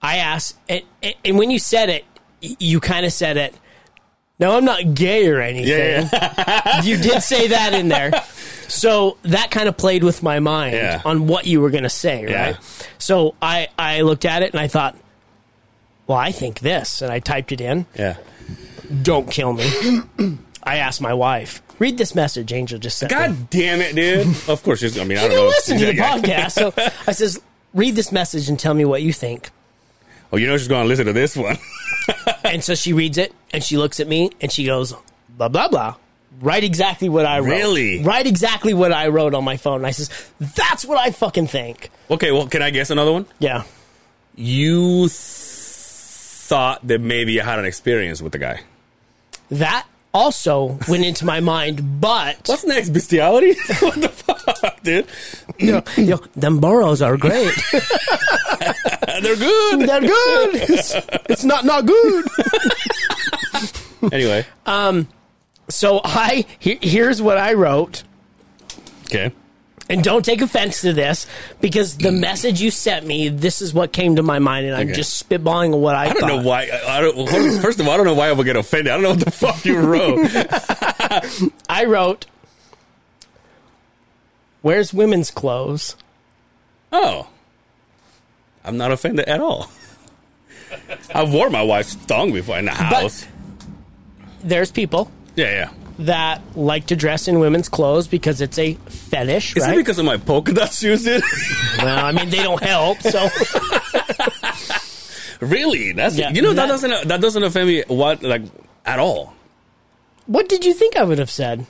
C: I asked and, and- and when you said it, y- you kind of said it. No, I'm not gay or anything.
B: yeah, yeah.
C: you did say that in there. So that kind of played with my mind
B: Yeah.
C: on what you were going to say,
B: Yeah.
C: right? So I, I looked at it and I thought, well, I think this. And I typed it in.
B: yeah.
C: Don't kill me. I asked my wife, read this message Angel just sent. me.
B: God damn it, dude! of course, she's, I mean, I
C: She
B: don't know.
C: didn't listen to the
B: Yeah, yeah.
C: podcast. So I says, read this message and tell me what you think.
B: Oh, you know she's gonna listen to this one.
C: And so she reads it and she looks at me and she goes, blah, blah, blah. Write exactly what I wrote.
B: Really?
C: Write exactly what I wrote on my phone. And I says, that's what I fucking think.
B: Okay, well, can I guess another one?
C: Yeah.
B: You th- thought that maybe I had an experience with the guy.
C: That also went into my mind, but
B: What's next, bestiality? what the fuck, dude?
C: you know, them burrows are great.
B: Uh, They're good.
C: They're good. It's, it's not not good.
B: Anyway,
C: So I he- here's what I wrote.
B: okay.
C: and don't take offense to this because the message you sent me, this is what came to my mind, and I'm
B: Okay.
C: just spitballing what I,
B: I don't
C: thought.
B: know why. I, I don't. First of all, I don't know why I would get offended. I don't know what the fuck you wrote.
C: I wrote, "Where's women's clothes?"
B: Oh. I'm not offended at all. I've worn my wife's thong before in the house.
C: There's people
B: yeah, yeah.
C: that like to dress in women's clothes because it's a fetish,
B: Is
C: right?
B: it because of my polka dot shoes, dude?
C: well, I mean, they don't help. So
B: really? That's
C: Yeah,
B: you know that,
C: that-
B: doesn't that doesn't offend me what like at all.
C: what did you think I would have said?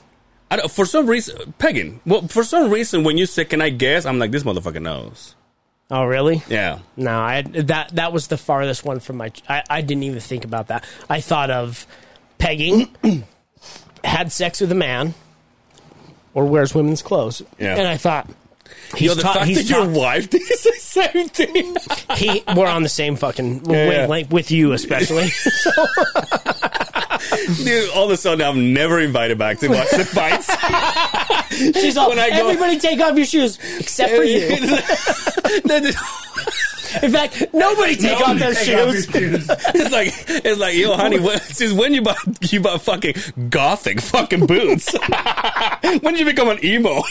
B: I don't, for some reason, Peggin. Well, for some reason, when you say "Can I guess," I'm like, this motherfucker knows.
C: Oh, really?
B: Yeah.
C: No, I that that was the farthest one from my. I, I didn't even think about that. I thought of pegging, had sex with a man, or wears women's clothes.
B: Yeah.
C: And I thought, he's
B: Yo, the
C: ta-
B: fact that
C: he's
B: your
C: ta-
B: wife did the same thing.
C: he, we're on the same fucking
B: yeah.
C: wavelength with you, especially.
B: Dude, all of a sudden, I'm never invited back to watch the fights.
C: She's all,
B: When I go-
C: everybody take off your shoes except for you. In fact, nobody take off their shoes.
B: It's like it's like yo, honey. When, since when you bought you bought fucking gothic fucking boots? when did you become an emo?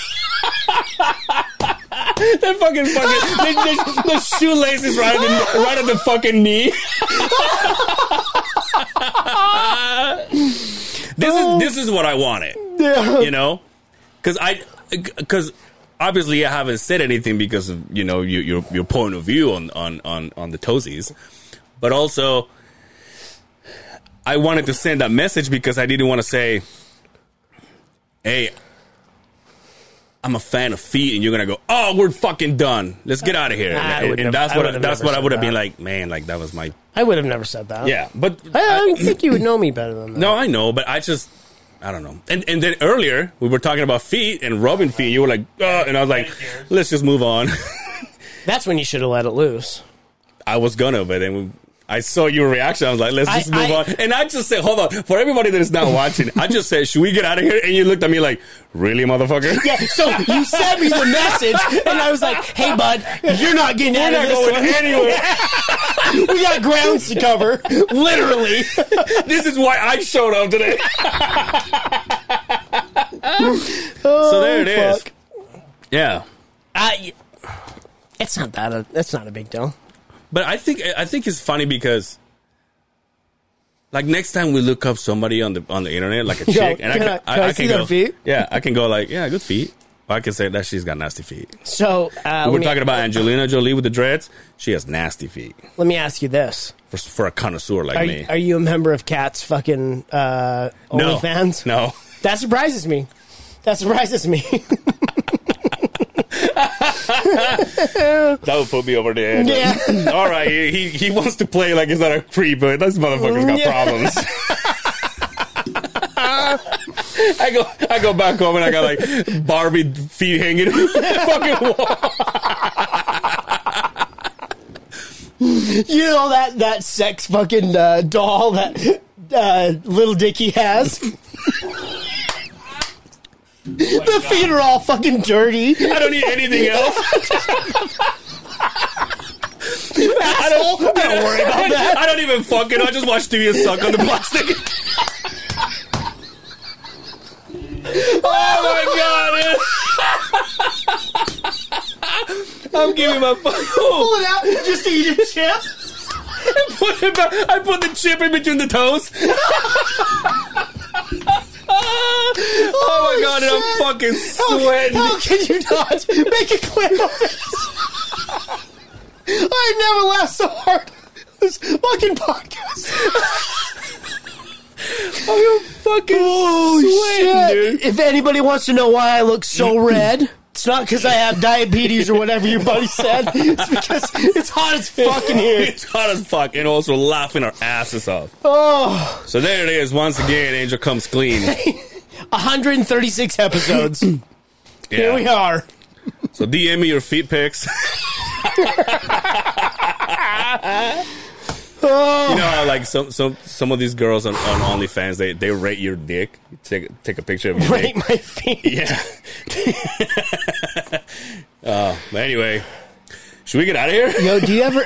B: that fucking fucking the, the, the shoelaces right at the, right at the fucking knee. this is this is what I wanted. You know, because I because obviously I haven't said anything because of you know your your, your point of view on on on on the toesies, but also I wanted to send that message because I didn't want to say, hey. I'm a fan of feet, and you're gonna go. Oh, we're fucking done. Let's get out of here.
C: Nah, I
B: and
C: would
B: and
C: never-
B: that's
C: I
B: what I
C: would've
B: that's
C: never
B: what I
C: said
B: would have
C: that.
B: been like. Man, like that was my
C: I would have never said that.
B: yeah. But
C: I, I don't think you would know me better than that.
B: no, I know, but I just I don't know. And and then earlier we were talking about feet and rubbing feet. You were like, Ugh, and I was like, let's just move on.
C: That's when you should have let it loose.
B: I was gonna, but then we, I saw your reaction. I was like, let's
C: I-
B: just move
C: I-
B: on. And I just said, hold on, for everybody that is not watching, I just said, should we get out of here? And you looked at me like, really, motherfucker?
C: Yeah, so you sent me the message, and I was like, "Hey, bud, you're not getting out
B: We're not
C: of this
B: going
C: one.
B: anywhere.
C: We got grounds to cover, literally."
B: this is why I showed up today. so there it is.
C: Oh, fuck.
B: Yeah.
C: I, it's not that. A, that's not a big deal.
B: But I think I think it's funny because like next time we look up somebody on the on the internet, like a chick, and I
C: can
B: can,
C: I- can I see
B: go,
C: their feet?
B: Yeah, I can go like, yeah, good feet. Or I can say that she's got nasty feet.
C: So uh,
B: We
C: let,
B: We're
C: me,
B: talking about Angelina Jolie with the dreads. She has nasty feet
C: let me ask you this:
B: for, for a connoisseur like
C: Are,
B: me.
C: are you a member of Cat's fucking uh,
B: no
C: OnlyFans?
B: No,
C: That surprises me. That surprises me.
B: that would put me over the edge.
C: Yeah.
B: All right, he, he he wants to play like he's not a creep, but this motherfucker's got
C: Yeah.
B: problems. I go I go back home and I got like Barbie feet hanging from the fucking wall.
C: you know that that sex fucking uh, doll that uh, little Dicky has. the feet are all fucking dirty.
B: I don't need anything else. I don't, I don't worry about that. I don't even fucking. I just watch TV and suck on the plastic. oh my god! man. I'm giving my fuck.
C: Pull it out just to eat a chip.
B: Put it back. I put the chip in between the toes. oh my god! And I'm fucking sweating.
C: How can you not make a clip of this? I never laughed so hard. on This fucking podcast.
B: I'm fucking
C: Shit. If anybody wants to know why I look so red, it's not because I have diabetes or whatever your buddy said. It's because it's hot as fuck in here.
B: It's hot as fuck, and also laughing our asses off.
C: Oh,
B: So there it is. Once again, Angel comes clean.
C: 136 episodes. Here
B: Yeah.
C: we are.
B: So DM me your feet pics. You
C: Oh,
B: know, how, like some some some of these girls on, on OnlyFans, they they rate your dick. You take take a picture of your
C: break
B: dick.
C: my feet.
B: Yeah. uh, but anyway, should we get out of here?
C: Yo, do you ever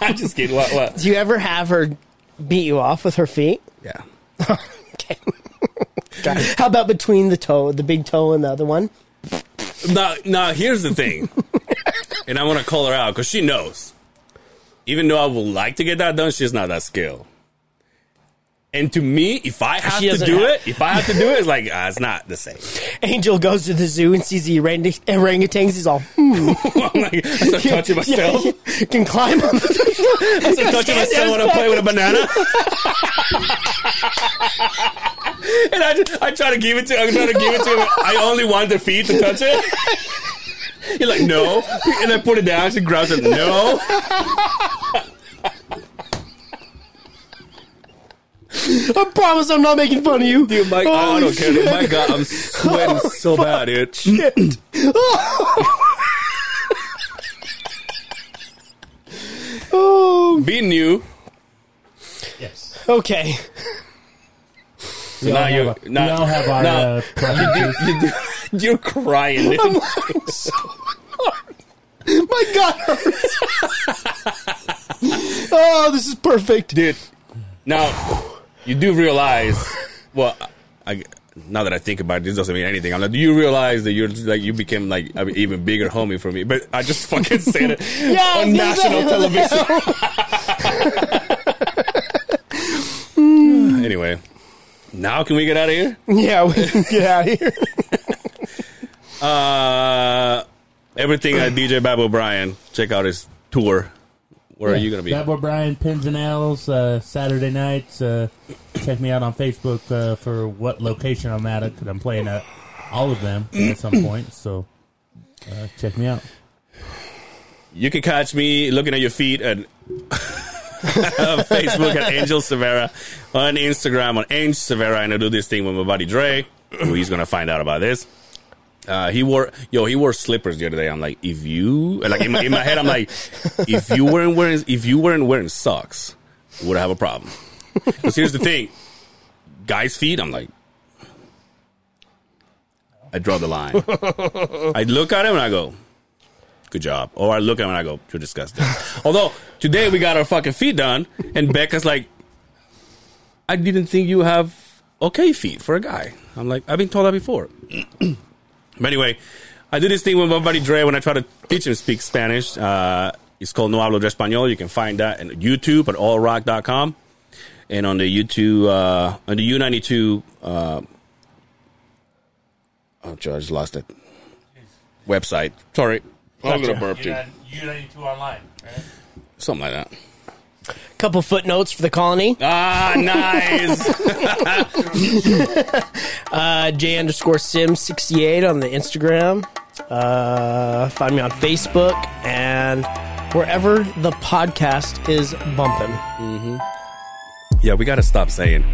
B: I'm just kidding. What what?
C: do you ever have her beat you off with her feet?
B: Yeah.
C: Okay. How about between the toe, the big toe, and the other one?
B: Now, now here's the thing, and I want to call her out because she knows. Even though I would like to get that done, she's not that skilled. And to me, if I have
C: She
B: to
C: doesn't
B: do
C: have-
B: it, if I have to do it, it's like ah, it's not the same.
C: Angel goes to the zoo and sees the orang- orangutans. He's all, hmm.
B: I'm like, I start touching myself.
C: Yeah, you can climb up. I
B: I start touching myself when I play with a banana. and I, just- I try to give it to, I try to give it to him. I only want the feet to touch it. You're like no, and I put it down. She grabs it. No.
C: I promise I'm not making fun of you. Oh,
B: Dude, my, I don't care. dude. My God, I'm sweating so bad, dude.
C: Oh,
B: Being new,
D: Yes.
C: okay.
D: we
B: now
D: all
B: you-
D: have, our-
B: now-
D: we all have our
B: now-
D: uh, preferences.
B: you're crying. dude.
C: I'm so hard. My God hurts. oh, this is perfect.
B: dude. Now you do realize, well, I, now that I think about it, this doesn't mean anything. I'm like, do you realize that you're like you became like an even bigger homie for me? But I just fucking said it
C: I was
B: on
C: gonna say,
B: national
C: what the
B: television. anyway, now can we get out of here?
C: Yeah, we can get out of here.
B: Uh, everything at DJ Bab O'Brien. Check out his tour. Where are you gonna be?
D: Bad Boy Brian, Pins and Owls, uh, Saturday nights. Uh, check me out on Facebook uh, for what location I'm at because I'm playing at all of them at some point. So uh, check me out.
B: You can catch me looking at your feet at on Facebook at Angel Severa, on Instagram on Ange Severa, and I do this thing with my buddy Dre, who he's gonna find out about this. Uh, he wore yo, he wore slippers the other day. I'm like, if you like in my, in my head, I'm like, if you weren't wearing if you weren't wearing socks, would I have a problem? Because here's the thing, guys' feet. I'm like, I draw the line. I look at him and I go, good job. Or I look at him and I go, you're disgusting. Although today we got our fucking feet done, and Becca's like, I didn't think you have okay feet for a guy. I'm like, I've been told that before. but anyway, I do this thing with my buddy Dre when I try to teach him to speak Spanish. Uh, it's called No Hablo de Español. You can find that on YouTube at allrock.com and on the YouTube, uh, on the U92. Uh, oh, God, I just lost it. Website. Sorry. I'm going to burp, dude.
D: two online, right?
B: Something like that.
C: Couple footnotes for the colony.
B: Ah, nice.
C: Uh, J underscore Sim sixty eight on the Instagram. Uh, find me on Facebook and wherever the podcast is bumping.
B: yeah, we got to stop saying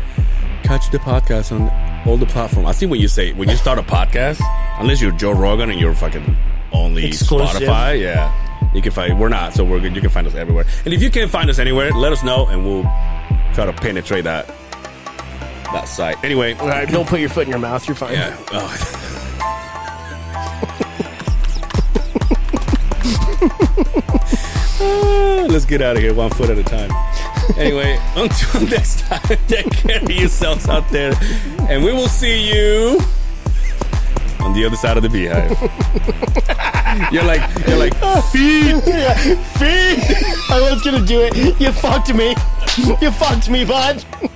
B: catch the podcast on all the platforms. I think when you say when you start a podcast, unless you're Joe Rogan and you're fucking only
C: Exclusive.
B: Spotify, yeah, you can find. We're not, so we're good. You can find us everywhere. And if you can't find us anywhere, let us know, and we'll try to penetrate that that site. Anyway,
C: All right, don't put your foot in your mouth. You're fine.
B: yeah. Oh. Ah, Let's get out of here one foot at a time. Anyway, until next time, take care of yourselves out there, and we will see you on the other side of the beehive. you're like, you're like, feed.
C: Feed. I was gonna do it. You fucked me. You fucked me, bud.